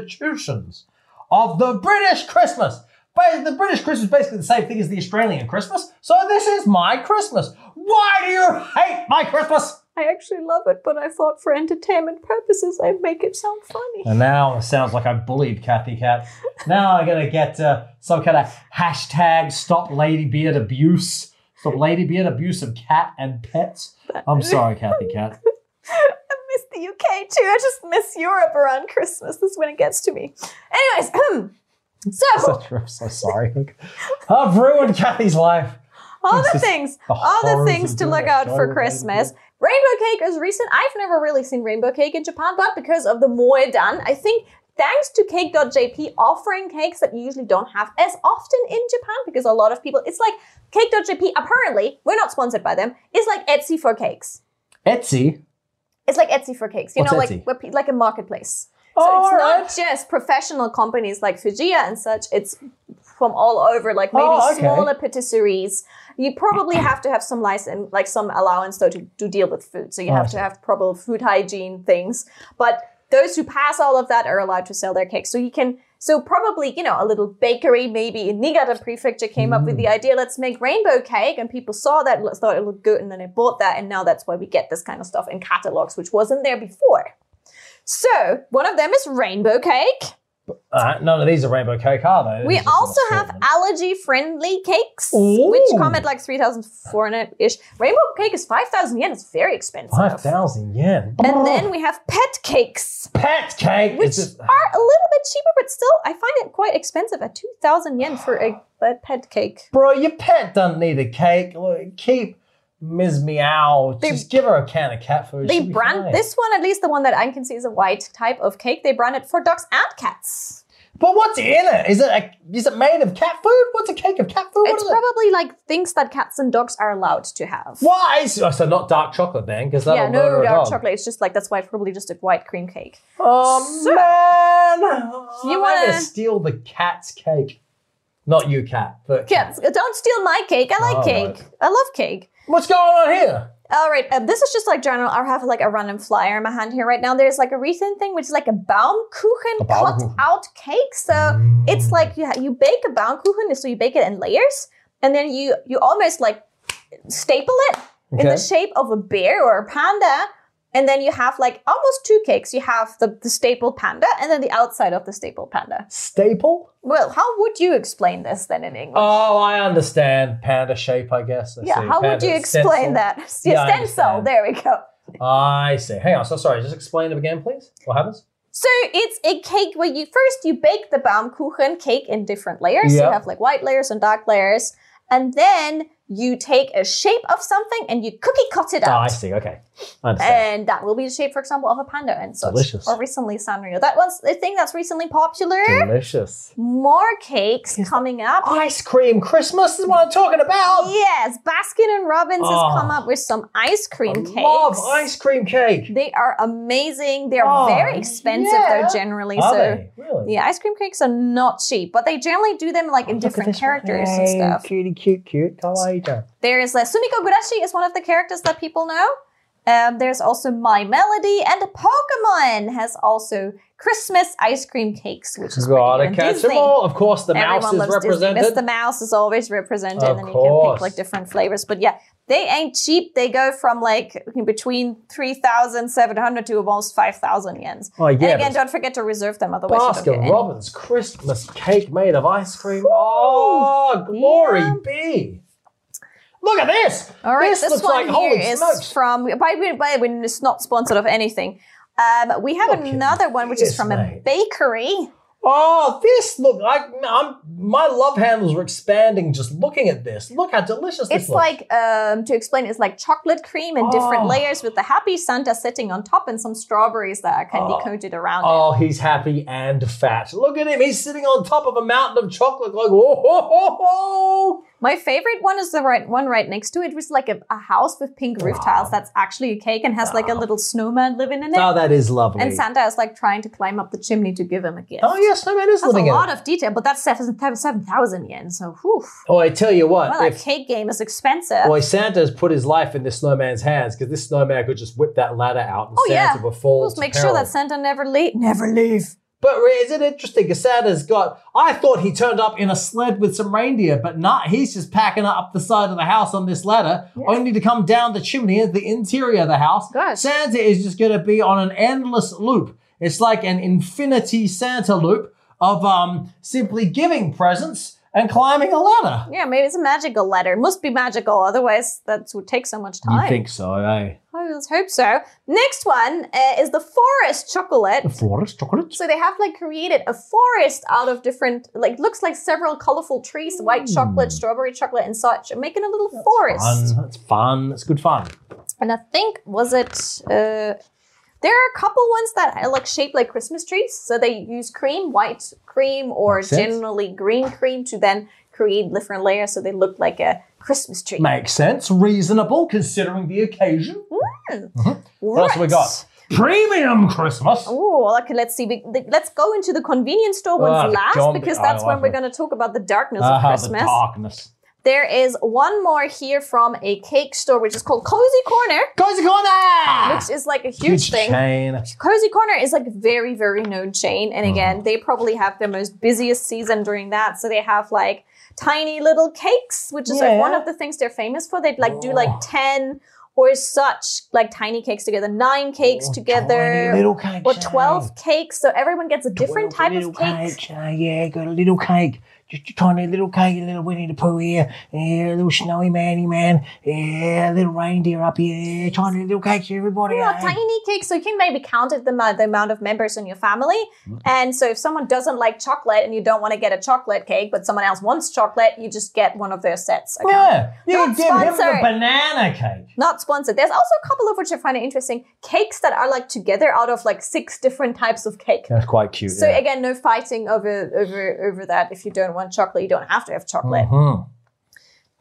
[SPEAKER 2] institutions of the British Christmas? But the British Christmas is basically the same thing as the Australian Christmas. So this is my Christmas. Why do you hate my Christmas?
[SPEAKER 1] I actually love it, but I thought for entertainment purposes, I'd make it sound funny.
[SPEAKER 2] And now it sounds like I bullied Kathy Cat. Now I'm gonna get uh, some kind of hashtag stop ladybeard abuse. Stop ladybeard abuse of cat and pets. I'm sorry, Kathy Cat.
[SPEAKER 1] I miss the UK too. I just miss Europe around Christmas. This is when it gets to me. Anyways, so
[SPEAKER 2] I'm so sorry. I've ruined Kathy's life.
[SPEAKER 1] all
[SPEAKER 2] This
[SPEAKER 1] the
[SPEAKER 2] is
[SPEAKER 1] things,
[SPEAKER 2] the
[SPEAKER 1] all the
[SPEAKER 2] horrors
[SPEAKER 1] things
[SPEAKER 2] of
[SPEAKER 1] to
[SPEAKER 2] doing
[SPEAKER 1] look
[SPEAKER 2] that
[SPEAKER 1] out for
[SPEAKER 2] show.
[SPEAKER 1] Christmas. Rainbow cake is recent. I've never really seen rainbow cake in Japan, but because of the Moedan, I think thanks to cake.jp offering cakes that you usually don't have as often in Japan because a lot of people, it's like cake.jp, apparently, we're not sponsored by them, It's like Etsy for cakes.
[SPEAKER 2] Etsy.
[SPEAKER 1] It's like Etsy for cakes, you
[SPEAKER 2] What's
[SPEAKER 1] know,
[SPEAKER 2] Etsy?
[SPEAKER 1] like where pe- like a marketplace. So it's not just professional companies like Fujia and such. It's from all over, like maybe
[SPEAKER 2] Oh, okay.
[SPEAKER 1] smaller patisseries. You probably have to have some license, like some allowance though, to, to deal with food. So you
[SPEAKER 2] Oh, I
[SPEAKER 1] have to
[SPEAKER 2] see.
[SPEAKER 1] have proper food hygiene things. But those who pass all of that are allowed to sell their cakes. So you can. So probably you know a little bakery maybe in Niigata Prefecture came up
[SPEAKER 2] Mm.
[SPEAKER 1] with the idea let's make rainbow cake and people saw that thought it looked good and then they bought that and now that's why we get this kind of stuff in catalogs which wasn't there before. So one of them is rainbow cake.
[SPEAKER 2] Uh, none of these are rainbow cake, are they?
[SPEAKER 1] We
[SPEAKER 2] These are just
[SPEAKER 1] also
[SPEAKER 2] sort of
[SPEAKER 1] have allergy friendly cakes,
[SPEAKER 2] Ooh.
[SPEAKER 1] which come at like 3,400 ish. Rainbow cake is 5,000 yen. It's very expensive.
[SPEAKER 2] five thousand yen.
[SPEAKER 1] And then we have pet cakes,
[SPEAKER 2] pet cake.
[SPEAKER 1] which
[SPEAKER 2] It's
[SPEAKER 1] are
[SPEAKER 2] a-
[SPEAKER 1] a little bit cheaper, but still, I find it quite expensive at 2,000 yen for a, a pet cake.
[SPEAKER 2] Bro, your pet doesn't need a cake. Look, keep Ms. Meow.
[SPEAKER 1] They-
[SPEAKER 2] Just give her a can of cat food.
[SPEAKER 1] They
[SPEAKER 2] She'll be
[SPEAKER 1] brand
[SPEAKER 2] fine.
[SPEAKER 1] this one, at least the one that I can see is a white type of cake. They brand it for dogs and cats.
[SPEAKER 2] But what's in it? Is it a, is it made of cat food? What's a cake of cat food? What
[SPEAKER 1] it's
[SPEAKER 2] is it?
[SPEAKER 1] probably like things that cats and dogs are allowed to have.
[SPEAKER 2] Why? is- oh, so not dark chocolate then, because that'll
[SPEAKER 1] Yeah, no
[SPEAKER 2] murder a
[SPEAKER 1] dark
[SPEAKER 2] dog.
[SPEAKER 1] chocolate. It's just like that's why it's probably just a white cream cake.
[SPEAKER 2] Oh
[SPEAKER 1] So-
[SPEAKER 2] man!
[SPEAKER 1] You
[SPEAKER 2] I'm gonna
[SPEAKER 1] wanna-
[SPEAKER 2] steal the cat's cake? Not you, cat. But
[SPEAKER 1] Kids, don't steal my cake. I like
[SPEAKER 2] All
[SPEAKER 1] cake.
[SPEAKER 2] right.
[SPEAKER 1] I love cake.
[SPEAKER 2] What's going on here?
[SPEAKER 1] All right, uh, this is just like general. I have like a random flyer in my hand here right now. There's like a recent thing which is like a Baumkuchen
[SPEAKER 2] A
[SPEAKER 1] cut
[SPEAKER 2] Baumkuchen. Mm.
[SPEAKER 1] out cake. So it's like you, ha- you bake a Baumkuchen, so you bake it in layers, and then you you almost like staple it in the
[SPEAKER 2] Okay.
[SPEAKER 1] shape of a bear or a panda. And then you have like almost two cakes. You have the, the stapled panda and then the outside of the stapled panda.
[SPEAKER 2] Staple?
[SPEAKER 1] Well, how would you explain this then in English?
[SPEAKER 2] Oh, I understand. Panda shape, I guess. I
[SPEAKER 1] yeah,
[SPEAKER 2] see.
[SPEAKER 1] how would
[SPEAKER 2] Panda
[SPEAKER 1] you
[SPEAKER 2] stencil.
[SPEAKER 1] explain that? Yeah,
[SPEAKER 2] Yeah, I
[SPEAKER 1] stencil,
[SPEAKER 2] understand.
[SPEAKER 1] there we go.
[SPEAKER 2] I see. Hang on. So sorry. Just explain it again, please. What happens?
[SPEAKER 1] So it's a cake where you first you bake the Baumkuchen cake in different layers. You
[SPEAKER 2] Yeah.
[SPEAKER 1] have like white layers and dark layers, and then you take a shape of something and you cookie cut it
[SPEAKER 2] Ah, I
[SPEAKER 1] out.
[SPEAKER 2] see. Okay. I understand.
[SPEAKER 1] and that will be the shape, for example, of a panda and such.
[SPEAKER 2] Delicious.
[SPEAKER 1] Or recently Sanrio. That was a thing that's recently popular.
[SPEAKER 2] Delicious.
[SPEAKER 1] More cakes coming up.
[SPEAKER 2] Ice cream Christmas is what I'm talking about.
[SPEAKER 1] Yes, Baskin and Robbins
[SPEAKER 2] Oh.
[SPEAKER 1] has come up with some ice
[SPEAKER 2] I
[SPEAKER 1] cream cakes.
[SPEAKER 2] love ice cream cake.
[SPEAKER 1] They are amazing. They are
[SPEAKER 2] Oh,
[SPEAKER 1] very expensive
[SPEAKER 2] yeah.
[SPEAKER 1] though generally.
[SPEAKER 2] Are
[SPEAKER 1] so
[SPEAKER 2] they? Really?
[SPEAKER 1] Yeah, ice cream cakes are not cheap, but they generally do them like in
[SPEAKER 2] Oh, Look at
[SPEAKER 1] different
[SPEAKER 2] this one.
[SPEAKER 1] characters and
[SPEAKER 2] Hey,
[SPEAKER 1] stuff.
[SPEAKER 2] Cutie, cute, cute. How are you doing?
[SPEAKER 1] There is uh, Sumiko Gurashi is one of the characters that people know. Um, there's also My Melody and Pokemon has also Christmas ice cream cakes, which is
[SPEAKER 2] Gotta
[SPEAKER 1] pretty good. And
[SPEAKER 2] catch them
[SPEAKER 1] Disney.
[SPEAKER 2] all. Of course, the mouse
[SPEAKER 1] Everyone
[SPEAKER 2] is
[SPEAKER 1] loves Disney.
[SPEAKER 2] represented.
[SPEAKER 1] Mr. Mouse is always represented,
[SPEAKER 2] Of
[SPEAKER 1] and then you can pick
[SPEAKER 2] course.
[SPEAKER 1] like different flavors. But yeah, they ain't cheap. They go from like between three thousand seven hundred to almost five thousand yens.
[SPEAKER 2] Oh yeah,
[SPEAKER 1] and again,
[SPEAKER 2] but
[SPEAKER 1] don't forget to reserve them, otherwise you don't get
[SPEAKER 2] Baskin
[SPEAKER 1] any.
[SPEAKER 2] Robbins Christmas cake made of ice cream. Oh, glory
[SPEAKER 1] Yeah.
[SPEAKER 2] be! Look at this.
[SPEAKER 1] All right,
[SPEAKER 2] this,
[SPEAKER 1] this,
[SPEAKER 2] looks
[SPEAKER 1] one
[SPEAKER 2] like holy
[SPEAKER 1] here is
[SPEAKER 2] smokes.
[SPEAKER 1] from. By the way, when it's not sponsored of anything. Um, we have
[SPEAKER 2] Look at
[SPEAKER 1] another one which is
[SPEAKER 2] this,
[SPEAKER 1] from a
[SPEAKER 2] mate.
[SPEAKER 1] bakery.
[SPEAKER 2] Oh, this look like I'm my love handles are expanding just looking at this. Look how delicious this
[SPEAKER 1] It's
[SPEAKER 2] looks.
[SPEAKER 1] like um, to explain, it's like chocolate cream in different
[SPEAKER 2] Oh.
[SPEAKER 1] layers with the happy Santa sitting on top and some strawberries that are candy
[SPEAKER 2] Oh.
[SPEAKER 1] coated around it.
[SPEAKER 2] Oh, he's happy and fat. Look at him. He's sitting on top of a mountain of chocolate. Like, whoa, ho, ho, ho.
[SPEAKER 1] My favorite one is the right one right next to it, which is like a, a house with pink roof tiles. That's actually a cake and has like a little snowman living in it.
[SPEAKER 2] Oh, that is lovely.
[SPEAKER 1] and Santa is like trying to climb up the chimney to give him a gift.
[SPEAKER 2] oh, yeah, Snowman is
[SPEAKER 1] That's a
[SPEAKER 2] living in it.
[SPEAKER 1] lot of detail, but that's 7,000 yen. So, whew.
[SPEAKER 2] Oh, I tell you what,
[SPEAKER 1] Well, that
[SPEAKER 2] if
[SPEAKER 1] cake game is expensive.
[SPEAKER 2] boy Santa's put his life in this snowman's hands, because this snowman could just whip that ladder out and
[SPEAKER 1] Oh, yeah.
[SPEAKER 2] Santa would fall.
[SPEAKER 1] Let's
[SPEAKER 2] to
[SPEAKER 1] make
[SPEAKER 2] peril.
[SPEAKER 1] sure that Santa never leave. Never leave.
[SPEAKER 2] But re- is it interesting? Because Santa's got. I thought he turned up in a sled with some reindeer, but not. He's just packing up the side of the house on this ladder, only to come down the chimney into the interior of the house.
[SPEAKER 1] Gosh.
[SPEAKER 2] Santa is just going to be on an endless loop. It's like an infinity Santa loop of um simply giving presents and climbing a ladder.
[SPEAKER 1] Yeah, maybe it's a magical letter. It must be magical, otherwise that would take so much time.
[SPEAKER 2] so, eh?
[SPEAKER 1] Oh, let's hope so. Next one uh, is the forest chocolate.
[SPEAKER 2] Forest chocolate.
[SPEAKER 1] So they have like created a forest out of different, like looks like several colorful trees, white chocolate, strawberry chocolate, and such, and making a little forest.
[SPEAKER 2] Hmm. Fun. It's fun. It's good fun.
[SPEAKER 1] And I think was it. Uh, there are a couple ones that are like shaped like Christmas trees, so they use cream, white cream, or
[SPEAKER 2] Makes sense.
[SPEAKER 1] generally green cream to then create different layers, so they look like a Christmas tree.
[SPEAKER 2] Makes sense. Reasonable considering the occasion.
[SPEAKER 1] Hmm.
[SPEAKER 2] Mm-hmm. What else have we got? Premium Christmas.
[SPEAKER 1] Oh, okay. Let's see. We, th- let's go into the convenience store ones
[SPEAKER 2] Ah,
[SPEAKER 1] last
[SPEAKER 2] don't be-
[SPEAKER 1] because
[SPEAKER 2] I
[SPEAKER 1] that's when
[SPEAKER 2] love
[SPEAKER 1] we're
[SPEAKER 2] it.
[SPEAKER 1] going to talk about the darkness
[SPEAKER 2] Ah,
[SPEAKER 1] of Christmas.
[SPEAKER 2] the darkness.
[SPEAKER 1] There is one more here from a cake store, which is called Cozy Corner,
[SPEAKER 2] Cozy corner.
[SPEAKER 1] which is like a huge, thing.
[SPEAKER 2] Ah, chain.
[SPEAKER 1] Cozy Corner is like a very, very known chain.
[SPEAKER 2] Uh-huh.
[SPEAKER 1] And again, they probably have their most busiest season during that. So they have like tiny little cakes, which is like one
[SPEAKER 2] Yeah. Oh.
[SPEAKER 1] of the things they're famous for. They'd like do like 10 or such like tiny cakes together, nine cakes
[SPEAKER 2] Oh,
[SPEAKER 1] together,
[SPEAKER 2] tiny little cake
[SPEAKER 1] or
[SPEAKER 2] shake.
[SPEAKER 1] 12 cakes. So everyone gets a different
[SPEAKER 2] Twelve
[SPEAKER 1] type of
[SPEAKER 2] little
[SPEAKER 1] cake.
[SPEAKER 2] cakes. Uh, yeah, got a little cake. Just a tiny little cake, a little Winnie the Pooh here, yeah, a little snowy manny man, yeah, a little reindeer up here, tiny little cakes, everybody.
[SPEAKER 1] Oh, Yeah,
[SPEAKER 2] eh?
[SPEAKER 1] tiny cakes. So you can maybe count it the, amount- the amount of members in your family. And so if someone doesn't like chocolate and you don't want to get a chocolate cake, but someone else wants chocolate, you just get one of their sets. Okay?
[SPEAKER 2] Yeah, you
[SPEAKER 1] Not
[SPEAKER 2] give him the
[SPEAKER 1] sponsored.
[SPEAKER 2] banana cake.
[SPEAKER 1] Not sponsored. There's also a couple of which I find interesting cakes that are like together out of like six different types of cake.
[SPEAKER 2] That's quite cute.
[SPEAKER 1] So again, no fighting over over over that. If you don't want chocolate, you don't have to have chocolate.
[SPEAKER 2] Mm-hmm.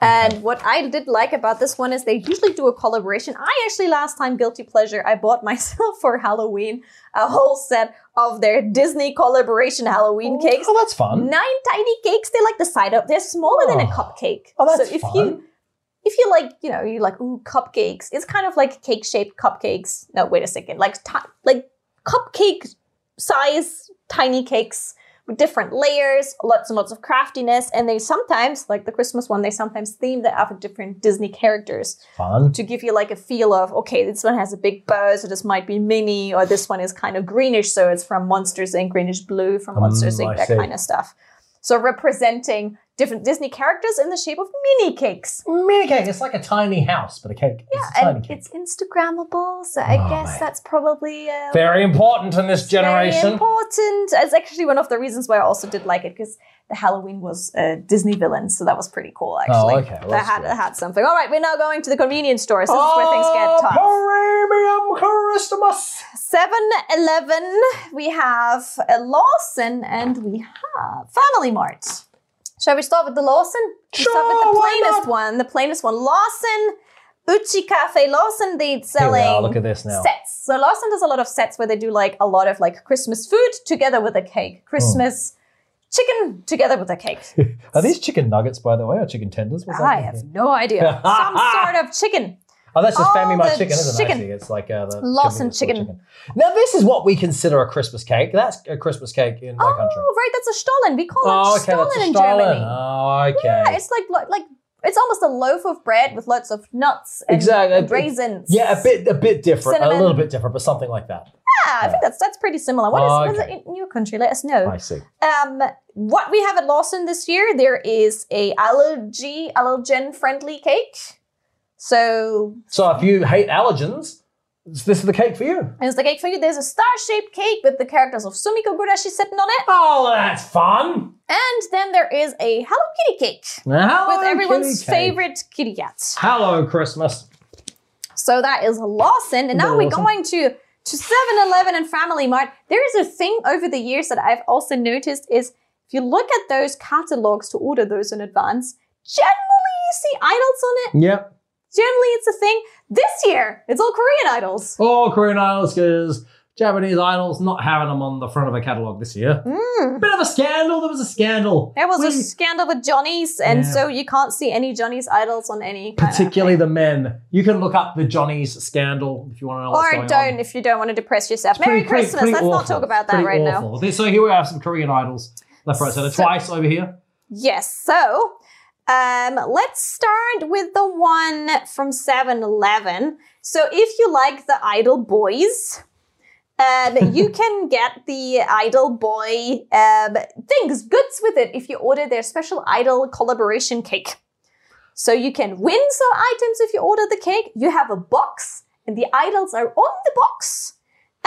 [SPEAKER 1] And what I did like about this one is they usually do a collaboration. I actually last time guilty pleasure, I bought myself for Halloween a whole set of their Disney collaboration Halloween cakes.
[SPEAKER 2] Oh, that's fun.
[SPEAKER 1] Nine tiny cakes. They're like the side of. They're smaller than a
[SPEAKER 2] Oh.
[SPEAKER 1] cupcake.
[SPEAKER 2] Oh, that's
[SPEAKER 1] so if
[SPEAKER 2] fun.
[SPEAKER 1] you if you like, you know, you like ooh cupcakes. It's kind of like cake shaped cupcakes. No, wait a second. Like ti- like cupcake size tiny cakes with different layers, lots and lots of craftiness, and they sometimes like the Christmas one. They sometimes theme that after different Disney characters
[SPEAKER 2] Fun.
[SPEAKER 1] to give you like a feel of okay, this one has a big bow, so this might be mini, or this one is kind of greenish, so it's from Monsters Inc. Greenish blue from
[SPEAKER 2] Mm,
[SPEAKER 1] Monsters
[SPEAKER 2] I
[SPEAKER 1] Inc. That
[SPEAKER 2] see.
[SPEAKER 1] kind of stuff. So representing different Disney characters in the shape of mini cakes.
[SPEAKER 2] Mini cake. It's like a tiny house, but a cake.
[SPEAKER 1] Yeah,
[SPEAKER 2] it's a tiny
[SPEAKER 1] and
[SPEAKER 2] cake.
[SPEAKER 1] it's Instagrammable, so I
[SPEAKER 2] Oh,
[SPEAKER 1] guess
[SPEAKER 2] mate.
[SPEAKER 1] that's probably uh,
[SPEAKER 2] Very important in this
[SPEAKER 1] very
[SPEAKER 2] generation.
[SPEAKER 1] important. It's actually one of the reasons why I also did like it because the Halloween was uh, Disney villains, so that was pretty cool actually.
[SPEAKER 2] Oh, okay, well,
[SPEAKER 1] that
[SPEAKER 2] that's
[SPEAKER 1] had
[SPEAKER 2] good.
[SPEAKER 1] had something. All right, we're now going to the convenience store. So this is where things
[SPEAKER 2] Ah,
[SPEAKER 1] get tough.
[SPEAKER 2] Premium Christmas.
[SPEAKER 1] 7 Eleven, we have a Lawson and we have Family Mart. Shall we start with the Lawson? We start with
[SPEAKER 2] Sure,
[SPEAKER 1] the
[SPEAKER 2] why
[SPEAKER 1] plainest one. The plainest one. Lawson, Uchi Cafe Lawson, they're selling
[SPEAKER 2] Here we are. Look at this now.
[SPEAKER 1] sets. So Lawson does a lot of sets where they do like a lot of like Christmas food together with a
[SPEAKER 2] Hmm.
[SPEAKER 1] cake. Christmas chicken together with a cake.
[SPEAKER 2] Are these chicken nuggets, by the way, or chicken tenders? What's that?
[SPEAKER 1] I have no idea. Some sort of chicken.
[SPEAKER 2] Oh, that's just
[SPEAKER 1] All
[SPEAKER 2] family mart
[SPEAKER 1] the
[SPEAKER 2] chicken, isn't
[SPEAKER 1] chicken.
[SPEAKER 2] it? Actually, it's like uh, the
[SPEAKER 1] Lawson
[SPEAKER 2] convenience store
[SPEAKER 1] chicken.
[SPEAKER 2] Now, this is what we consider a Christmas cake. That's a Christmas cake in my
[SPEAKER 1] Oh,
[SPEAKER 2] country.
[SPEAKER 1] right, that's a Stollen. We call
[SPEAKER 2] Oh,
[SPEAKER 1] it
[SPEAKER 2] okay,
[SPEAKER 1] Stollen
[SPEAKER 2] that's a
[SPEAKER 1] in
[SPEAKER 2] Stollen.
[SPEAKER 1] Germany.
[SPEAKER 2] Oh, okay.
[SPEAKER 1] Yeah, it's like lo- like it's almost a loaf of bread with lots of nuts and
[SPEAKER 2] Exactly.
[SPEAKER 1] and raisins.
[SPEAKER 2] Yeah, a bit, a bit different, a
[SPEAKER 1] Cinnamon.
[SPEAKER 2] little bit different, but something like that.
[SPEAKER 1] Yeah, I think that's that's pretty similar. What is, what is
[SPEAKER 2] Okay.
[SPEAKER 1] it in your country? Let us know.
[SPEAKER 2] I see.
[SPEAKER 1] Um, what we have at Lawson this year, there is a allergy allergen friendly cake. So
[SPEAKER 2] So, if you hate allergens, this is the cake for you.
[SPEAKER 1] is the cake for you? There's a star shaped cake with the characters of Sumiko Gurashi sitting on it,
[SPEAKER 2] Oh, that's fun.
[SPEAKER 1] and then there is a Hello Kitty cake
[SPEAKER 2] Hello,
[SPEAKER 1] with everyone's
[SPEAKER 2] kitty cake.
[SPEAKER 1] favorite kitty cat.
[SPEAKER 2] Hello, Christmas.
[SPEAKER 1] So that is Lawson. And now
[SPEAKER 2] Little
[SPEAKER 1] we're
[SPEAKER 2] Lawson.
[SPEAKER 1] going to to 7-Eleven and Family Mart. There is a thing over the years that I've also noticed is if you look at those catalogs to order those in advance, generally you see idols on it.
[SPEAKER 2] Yep.
[SPEAKER 1] Generally it's a thing. This year, it's all Korean idols.
[SPEAKER 2] All Korean idols because Japanese idols not having them on the front of a catalogue this year.
[SPEAKER 1] Mm.
[SPEAKER 2] Bit of a scandal. There was a scandal.
[SPEAKER 1] There was
[SPEAKER 2] We-
[SPEAKER 1] a scandal with Johnny's, and
[SPEAKER 2] Yeah.
[SPEAKER 1] so you can't see any Johnny's idols on any uh, kind of-
[SPEAKER 2] particularly the men. You can look up the Johnny's scandal if you want to know what's
[SPEAKER 1] or
[SPEAKER 2] going
[SPEAKER 1] don't
[SPEAKER 2] on.
[SPEAKER 1] if you don't want to depress yourself.
[SPEAKER 2] It's
[SPEAKER 1] Merry
[SPEAKER 2] pretty- pretty-
[SPEAKER 1] Christmas.
[SPEAKER 2] pretty
[SPEAKER 1] Let's not
[SPEAKER 2] awful.
[SPEAKER 1] talk about that
[SPEAKER 2] Pretty
[SPEAKER 1] right now.
[SPEAKER 2] awful. So here we have some Korean idols left, right, centre.
[SPEAKER 1] So-
[SPEAKER 2] Twice over here.
[SPEAKER 1] Yes. So um, let's start with the one from 7 Eleven. So if you like the Idol Boys, um, you can get the Idol Boy um, things, goods with it if you order their special Idol collaboration cake. So you can win some items if you order the cake. You have a box, and the idols are on the box.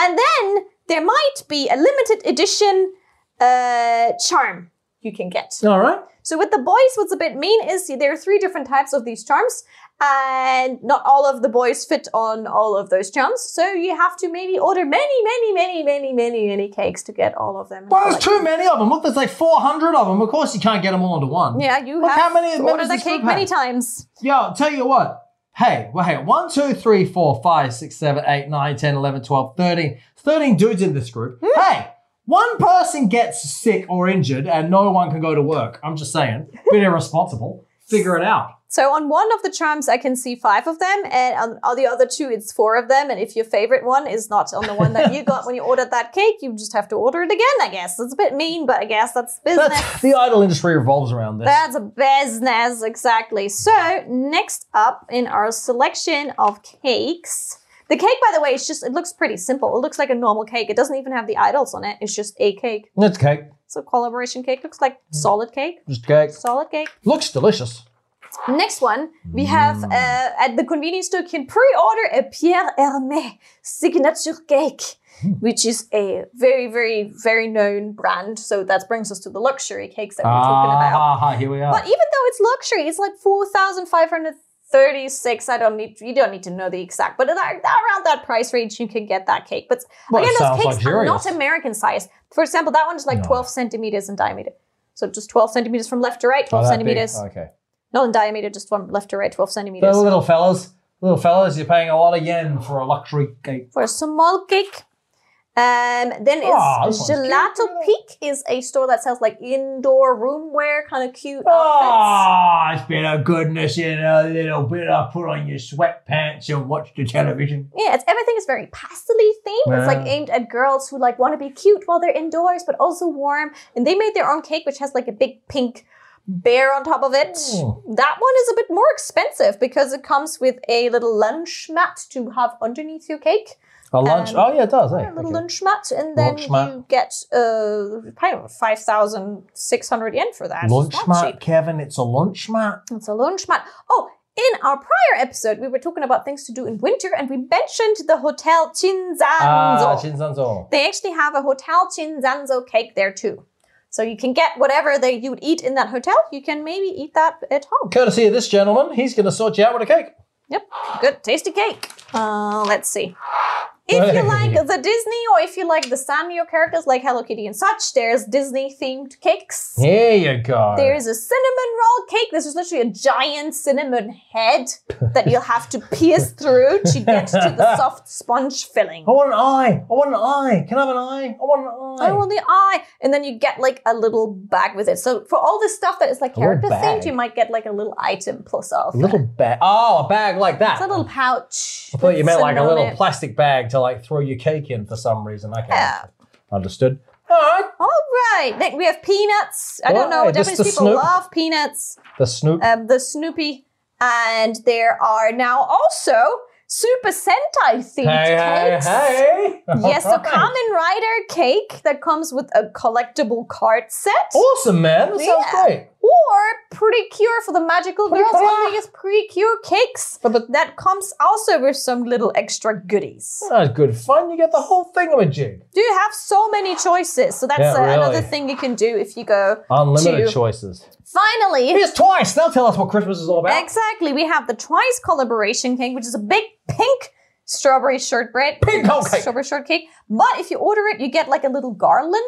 [SPEAKER 1] And then there might be a limited edition uh, charm you can get.
[SPEAKER 2] All right.
[SPEAKER 1] So with the boys, what's a bit mean is there are three different types of these charms, and not all of the boys fit on all of those charms. So you have to maybe order many, many, many, many, many, many cakes to get all of them.
[SPEAKER 2] Well, there's too many of them. Look, there's like 400 of them. Of course, you can't get them all into one.
[SPEAKER 1] Yeah, you
[SPEAKER 2] Look
[SPEAKER 1] have
[SPEAKER 2] how many members
[SPEAKER 1] ordered the
[SPEAKER 2] this group
[SPEAKER 1] cake many
[SPEAKER 2] has.
[SPEAKER 1] times.
[SPEAKER 2] Yo, I'll tell you what. Hey, well, hey, 1, 2, 3, 4, 5, 6, 7, 8, 9, 10, 11, 12, 13. 13 dudes in this group.
[SPEAKER 1] Hmm.
[SPEAKER 2] Hey, one person gets sick or injured and no one can go to work. I'm just saying. Bit irresponsible. figure it out.
[SPEAKER 1] So on one of the charms, I can see five of them, and on, on the other two, it's four of them. And if your favorite one is not on the one that you got when you ordered that cake, you just have to order it again. I guess it's a bit mean, but I guess that's business.
[SPEAKER 2] That's, the idol industry revolves around this.
[SPEAKER 1] That's a business, exactly. So, next up in our selection of cakes, the cake, by the way, is just, it looks pretty simple. It looks like a normal cake. It doesn't even have the idols on it. It's just a cake.
[SPEAKER 2] That's cake.
[SPEAKER 1] So, collaboration cake looks like solid cake.
[SPEAKER 2] Just cake.
[SPEAKER 1] Solid cake.
[SPEAKER 2] Looks delicious.
[SPEAKER 1] Next one, we have uh, at the convenience store can pre-order a Pierre Hermé signature cake, which is a very, very, very known brand. So that brings us to the luxury cakes that we're talking about.
[SPEAKER 2] Ah, here we are.
[SPEAKER 1] But even though it's luxury, it's like four thousand five hundred thirty-six. I don't need you don't need to know the exact, but that, around that price range, you can get that cake. But
[SPEAKER 2] Well,
[SPEAKER 1] again,
[SPEAKER 2] it
[SPEAKER 1] those
[SPEAKER 2] sounds
[SPEAKER 1] cakes are
[SPEAKER 2] luxurious.
[SPEAKER 1] not American size. For example, that one is like
[SPEAKER 2] No.
[SPEAKER 1] twelve centimeters in diameter. So just twelve centimeters from left to right,
[SPEAKER 2] Oh,
[SPEAKER 1] twelve
[SPEAKER 2] that big?
[SPEAKER 1] centimeters.
[SPEAKER 2] Okay.
[SPEAKER 1] Not in diameter, just from left to right, twelve
[SPEAKER 2] So
[SPEAKER 1] centimeters.
[SPEAKER 2] little fellas, little fellas, you're paying a lot of yen for a luxury cake.
[SPEAKER 1] for a small cake. Um, then
[SPEAKER 2] Ah,
[SPEAKER 1] it's
[SPEAKER 2] this one's cute.
[SPEAKER 1] Gelato
[SPEAKER 2] Look at that.
[SPEAKER 1] Peak is a store that sells like indoor roomware, kind of cute
[SPEAKER 2] Oh,
[SPEAKER 1] outfits.
[SPEAKER 2] Ah, it's been a goodness in a little bit. I put on your sweatpants and watch the television.
[SPEAKER 1] Yeah, it's everything is very pastely themed. It's like
[SPEAKER 2] Yeah.
[SPEAKER 1] aimed at girls who like want to be cute while they're indoors, but also warm. And they made their own cake, which has like a big pink bear on top of it.
[SPEAKER 2] Oh.
[SPEAKER 1] That one is a bit more expensive because it comes with a little lunch mat to have underneath your cake.
[SPEAKER 2] A lunch?
[SPEAKER 1] Um,
[SPEAKER 2] oh yeah, it does. Eh?
[SPEAKER 1] a little
[SPEAKER 2] Okay.
[SPEAKER 1] lunch mat, and then
[SPEAKER 2] Lunch mat.
[SPEAKER 1] you get uh, kind of five thousand six hundred yen for that. It's
[SPEAKER 2] Lunch
[SPEAKER 1] not
[SPEAKER 2] mat,
[SPEAKER 1] cheap.
[SPEAKER 2] Kevin. It's a lunch mat.
[SPEAKER 1] It's a lunch mat. Oh, in our prior episode, we were talking about things to do in winter, and we mentioned the hotel Chinzanzo.
[SPEAKER 2] Ah, Shinzanzo.
[SPEAKER 1] they actually have a hotel Chinzanzo cake there too. So you can get whatever that you would eat in that hotel. You can maybe eat that at home.
[SPEAKER 2] Courtesy of this gentleman, he's going to sort you out with a cake.
[SPEAKER 1] Yep, good tasty cake. Uh, let's see. If you like the Disney or if you like the Sanrio characters like Hello Kitty and such, there's Disney themed cakes.
[SPEAKER 2] Here you go.
[SPEAKER 1] There's a cinnamon roll cake. This is literally a giant cinnamon head that you'll have to pierce through to get to the soft sponge filling.
[SPEAKER 2] I want an eye. I want an eye. Can I have an eye? I want an eye.
[SPEAKER 1] Oh, the eye. And then you get like a little bag with it. So for all the stuff that is like
[SPEAKER 2] A little
[SPEAKER 1] character themed,
[SPEAKER 2] bag.
[SPEAKER 1] you might get like a little item plus
[SPEAKER 2] a
[SPEAKER 1] alpha.
[SPEAKER 2] little bag. Oh, a bag like that.
[SPEAKER 1] it's a little pouch.
[SPEAKER 2] I thought you
[SPEAKER 1] with
[SPEAKER 2] meant like a
[SPEAKER 1] cinnamon on
[SPEAKER 2] little
[SPEAKER 1] it.
[SPEAKER 2] plastic bag to like throw your cake in for some reason. Okay.
[SPEAKER 1] Yeah.
[SPEAKER 2] Understood. All right.
[SPEAKER 1] All right. Next we have peanuts. I don't know.
[SPEAKER 2] Why? Just
[SPEAKER 1] Japanese
[SPEAKER 2] the
[SPEAKER 1] people
[SPEAKER 2] Snoop?
[SPEAKER 1] love peanuts.
[SPEAKER 2] The Snoop.
[SPEAKER 1] um, the Snoopy, and there are now also Super Sentai themed
[SPEAKER 2] hey, hey,
[SPEAKER 1] cakes.
[SPEAKER 2] hey.
[SPEAKER 1] Yes, a
[SPEAKER 2] All right.
[SPEAKER 1] Kamen Rider cake that comes with a collectible card set,
[SPEAKER 2] Oh, Awesome, man. That sounds
[SPEAKER 1] Yeah.
[SPEAKER 2] great.
[SPEAKER 1] or Precure for the Magical
[SPEAKER 2] Precure.
[SPEAKER 1] Girls. One is Precure cakes
[SPEAKER 2] But the,
[SPEAKER 1] that comes also with some little extra goodies.
[SPEAKER 2] that's good fun. You get the whole thing of a jig.
[SPEAKER 1] Do you have so many choices? So that's
[SPEAKER 2] Yeah,
[SPEAKER 1] uh,
[SPEAKER 2] really.
[SPEAKER 1] another thing you can do if you go.
[SPEAKER 2] Unlimited
[SPEAKER 1] Two.
[SPEAKER 2] choices.
[SPEAKER 1] Finally,
[SPEAKER 2] Here's twice. They'll tell us what Christmas is all about.
[SPEAKER 1] Exactly. We have the Twice collaboration cake, which is a big pink strawberry shortbread.
[SPEAKER 2] Pink whole cake.
[SPEAKER 1] Strawberry shortcake. But if you order it, you get like a little garland,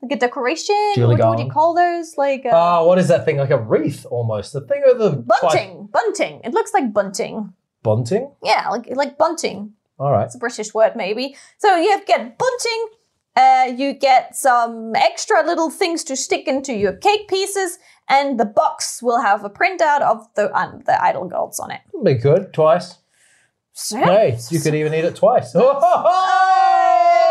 [SPEAKER 1] like a decoration.
[SPEAKER 2] Julie
[SPEAKER 1] what, what do you
[SPEAKER 2] garland.
[SPEAKER 1] call those? Like uh, a
[SPEAKER 2] Ah, what is that thing? Like a wreath almost. The thing of the
[SPEAKER 1] bunting. Bunting. It looks like bunting.
[SPEAKER 2] bunting?
[SPEAKER 1] Yeah, like like bunting.
[SPEAKER 2] All right.
[SPEAKER 1] It's a British word, maybe. So you get bunting. Uh, you get some extra little things to stick into your cake pieces, and the box will have a printout of the um, the idol girls on it.
[SPEAKER 2] That'd be good. Twice.
[SPEAKER 1] So,
[SPEAKER 2] Hey, you could even eat it twice.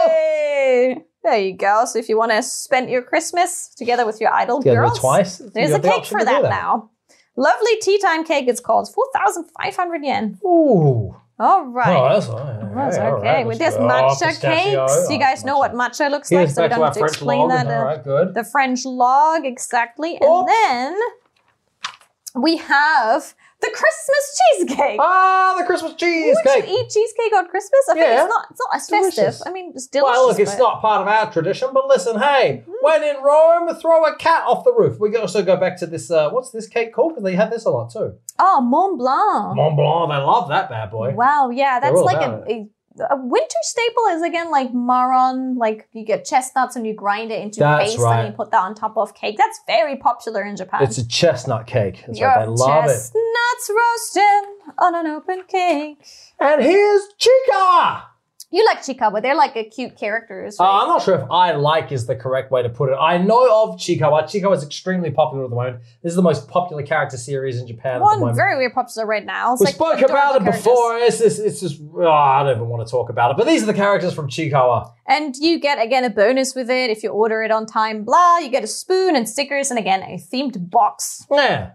[SPEAKER 1] Hey! There you go. So if you want to spend your Christmas together with your idol
[SPEAKER 2] Together
[SPEAKER 1] girls,
[SPEAKER 2] twice.
[SPEAKER 1] there's
[SPEAKER 2] you
[SPEAKER 1] a
[SPEAKER 2] have the
[SPEAKER 1] cake
[SPEAKER 2] option
[SPEAKER 1] for
[SPEAKER 2] to do
[SPEAKER 1] that, now. Lovely tea time cake. It's called four thousand five hundred yen.
[SPEAKER 2] Ooh.
[SPEAKER 1] All right.
[SPEAKER 2] Oh, that's, all right.
[SPEAKER 1] That's
[SPEAKER 2] Yeah, all right.
[SPEAKER 1] okay. With this
[SPEAKER 2] Let's go. Oh,
[SPEAKER 1] matcha
[SPEAKER 2] pistachio.
[SPEAKER 1] cakes, you
[SPEAKER 2] Oh,
[SPEAKER 1] guys know what
[SPEAKER 2] matcha.
[SPEAKER 1] matcha looks
[SPEAKER 2] Here's
[SPEAKER 1] like, so we don't
[SPEAKER 2] back to our
[SPEAKER 1] have to
[SPEAKER 2] French
[SPEAKER 1] explain
[SPEAKER 2] log.
[SPEAKER 1] that.
[SPEAKER 2] All
[SPEAKER 1] uh,
[SPEAKER 2] right, good.
[SPEAKER 1] the French log, exactly. And
[SPEAKER 2] Oh.
[SPEAKER 1] then we have the Christmas cheesecake.
[SPEAKER 2] Ah, the Christmas cheesecake.
[SPEAKER 1] Would you eat cheesecake on Christmas? I think
[SPEAKER 2] Yeah.
[SPEAKER 1] it's not it's not as festive.
[SPEAKER 2] Delicious.
[SPEAKER 1] I mean, it's delicious.
[SPEAKER 2] well, look, it's
[SPEAKER 1] but- Hmm.
[SPEAKER 2] not part of our tradition, but listen, hey, when in Rome, throw a cat off the roof. We can also go back to this. Uh, what's this cake called? 'Cause they have this a lot too.
[SPEAKER 1] Oh, Mont Blanc.
[SPEAKER 2] Mont Blanc, they love that bad boy.
[SPEAKER 1] Wow, yeah,
[SPEAKER 2] They're
[SPEAKER 1] that's
[SPEAKER 2] all
[SPEAKER 1] like a,
[SPEAKER 2] about
[SPEAKER 1] a a winter staple is again like maron, like you get chestnuts and you grind it into
[SPEAKER 2] That's
[SPEAKER 1] paste
[SPEAKER 2] right.
[SPEAKER 1] and you put that on top of cake. That's very popular in Japan.
[SPEAKER 2] It's a chestnut cake. That's
[SPEAKER 1] Your
[SPEAKER 2] right. They love it.
[SPEAKER 1] chestnuts roasting on an open cake.
[SPEAKER 2] And here's Chica.
[SPEAKER 1] You like Chikawa. They're like a cute characters.
[SPEAKER 2] Uh,
[SPEAKER 1] Right?
[SPEAKER 2] I'm not sure if I like is the correct way to put it. I know of Chikawa. Chikawa is extremely popular at the moment. This is the most popular character series in Japan at the
[SPEAKER 1] One
[SPEAKER 2] moment.
[SPEAKER 1] very weird popular right now. It's
[SPEAKER 2] we
[SPEAKER 1] like
[SPEAKER 2] spoke
[SPEAKER 1] adorable
[SPEAKER 2] about it
[SPEAKER 1] characters.
[SPEAKER 2] before. It's just, it's just oh, I don't even want to talk about it. But these are the characters from Chikawa.
[SPEAKER 1] And you get again a bonus with it if you order it on time, blah. You get a spoon and stickers and again a themed box.
[SPEAKER 2] Yeah.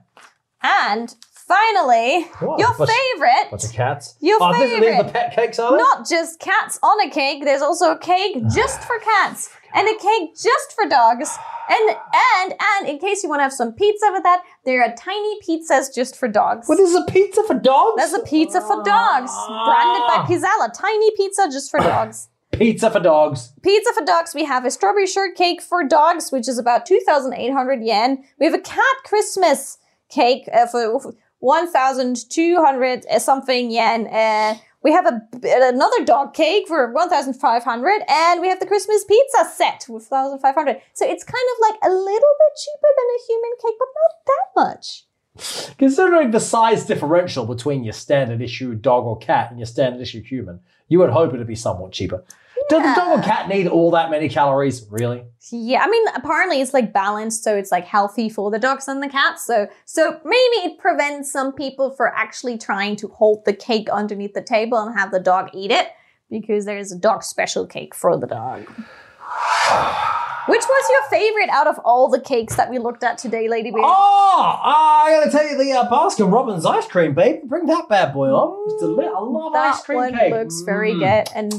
[SPEAKER 1] And finally,
[SPEAKER 2] What?
[SPEAKER 1] your
[SPEAKER 2] Bunch-
[SPEAKER 1] favorite.
[SPEAKER 2] Bunch of cats.
[SPEAKER 1] Your
[SPEAKER 2] oh, this- these are the
[SPEAKER 1] favorite.
[SPEAKER 2] pet cakes, are they?
[SPEAKER 1] Not just cats on a cake, there's also a cake just for cats and a cake just for dogs. And and and in case you want to have some pizza with that, there are tiny pizzas just for dogs.
[SPEAKER 2] Well, this is a pizza for dogs?
[SPEAKER 1] There's a pizza for dogs, branded by Pizzella. Tiny pizza just for dogs.
[SPEAKER 2] pizza for dogs.
[SPEAKER 1] Pizza for dogs, we have a strawberry shortcake for dogs, which is about 2,800 yen. We have a cat Christmas cake uh, for 1,200 uh, something yen. Uh, we have a, another dog cake for 1,500. And we have the Christmas pizza set with 1,500. So it's kind of like a little bit cheaper than a human cake, but not that much.
[SPEAKER 2] Considering the size differential between your standard issue dog or cat and your standard issue human, you would hope it'd be somewhat cheaper. Does the dog or cat need all that many calories? Really?
[SPEAKER 1] Yeah, I mean, apparently it's like balanced, so it's like healthy for the dogs and the cats. So, so maybe it prevents some people from actually trying to hold the cake underneath the table and have the dog eat it because there is a dog special cake for the dog. Which was your favorite out of all the cakes that we looked at today, Lady Bear?
[SPEAKER 2] Oh, I gotta tell you the uh, Baskin Robbins ice cream, babe. Bring that bad boy on. It's deli- I love
[SPEAKER 1] that
[SPEAKER 2] ice cream
[SPEAKER 1] one
[SPEAKER 2] cake.
[SPEAKER 1] looks very
[SPEAKER 2] Mm.
[SPEAKER 1] good and.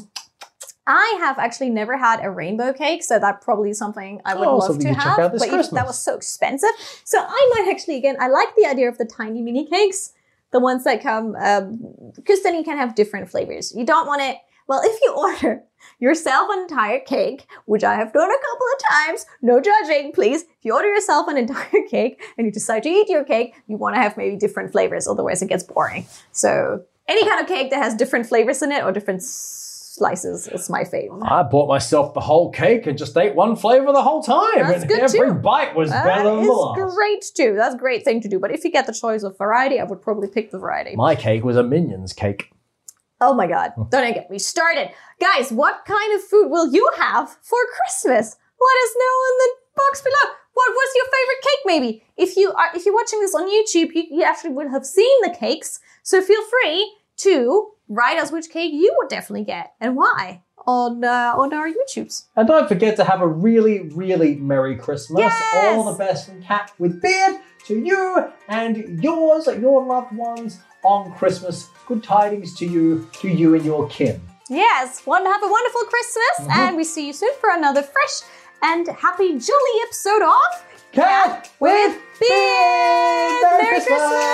[SPEAKER 1] I have actually never had a rainbow cake, so that probably is something I would
[SPEAKER 2] Oh,
[SPEAKER 1] love
[SPEAKER 2] something
[SPEAKER 1] to
[SPEAKER 2] you check
[SPEAKER 1] have.
[SPEAKER 2] out this
[SPEAKER 1] but if that
[SPEAKER 2] Christmas.
[SPEAKER 1] was so expensive, so I might actually again. I like the idea of the tiny mini cakes, the ones that come because then you can have different flavors. You don't want it. Well, if you order yourself an entire cake, which I have done a couple of times, no judging, please. If you order yourself an entire cake and you decide to eat your cake, you want to have maybe different flavors, otherwise it gets boring. So any kind of cake that has different flavors in it or different s- slices is my fave.
[SPEAKER 2] I bought myself the whole cake and just ate one flavor the whole time.
[SPEAKER 1] That's
[SPEAKER 2] and
[SPEAKER 1] good
[SPEAKER 2] every
[SPEAKER 1] too.
[SPEAKER 2] bite was
[SPEAKER 1] That
[SPEAKER 2] better than the last.
[SPEAKER 1] is great too. That's a great thing to do. But if you get the choice of variety, I would probably pick the variety.
[SPEAKER 2] My cake was a Minions cake.
[SPEAKER 1] Oh my god, don't even get me started. Guys, what kind of food will you have for Christmas? Let us know in the box below. What was your favorite cake maybe? If you are if you're watching this on YouTube, you, you actually would have seen the cakes. So feel free to write us which cake you would definitely get and why on uh, on our YouTubes.
[SPEAKER 2] And don't forget to have a really, really Merry Christmas.
[SPEAKER 1] Yes!
[SPEAKER 2] All the best from Cat with Beard to you and yours, your loved ones on Christmas. Good tidings to you, to you and your kin.
[SPEAKER 1] Yes, one have a wonderful Christmas and we see you soon for another fresh and happy jolly episode of
[SPEAKER 2] Cat with
[SPEAKER 1] Beard.
[SPEAKER 2] Beard!
[SPEAKER 1] Merry Christmas!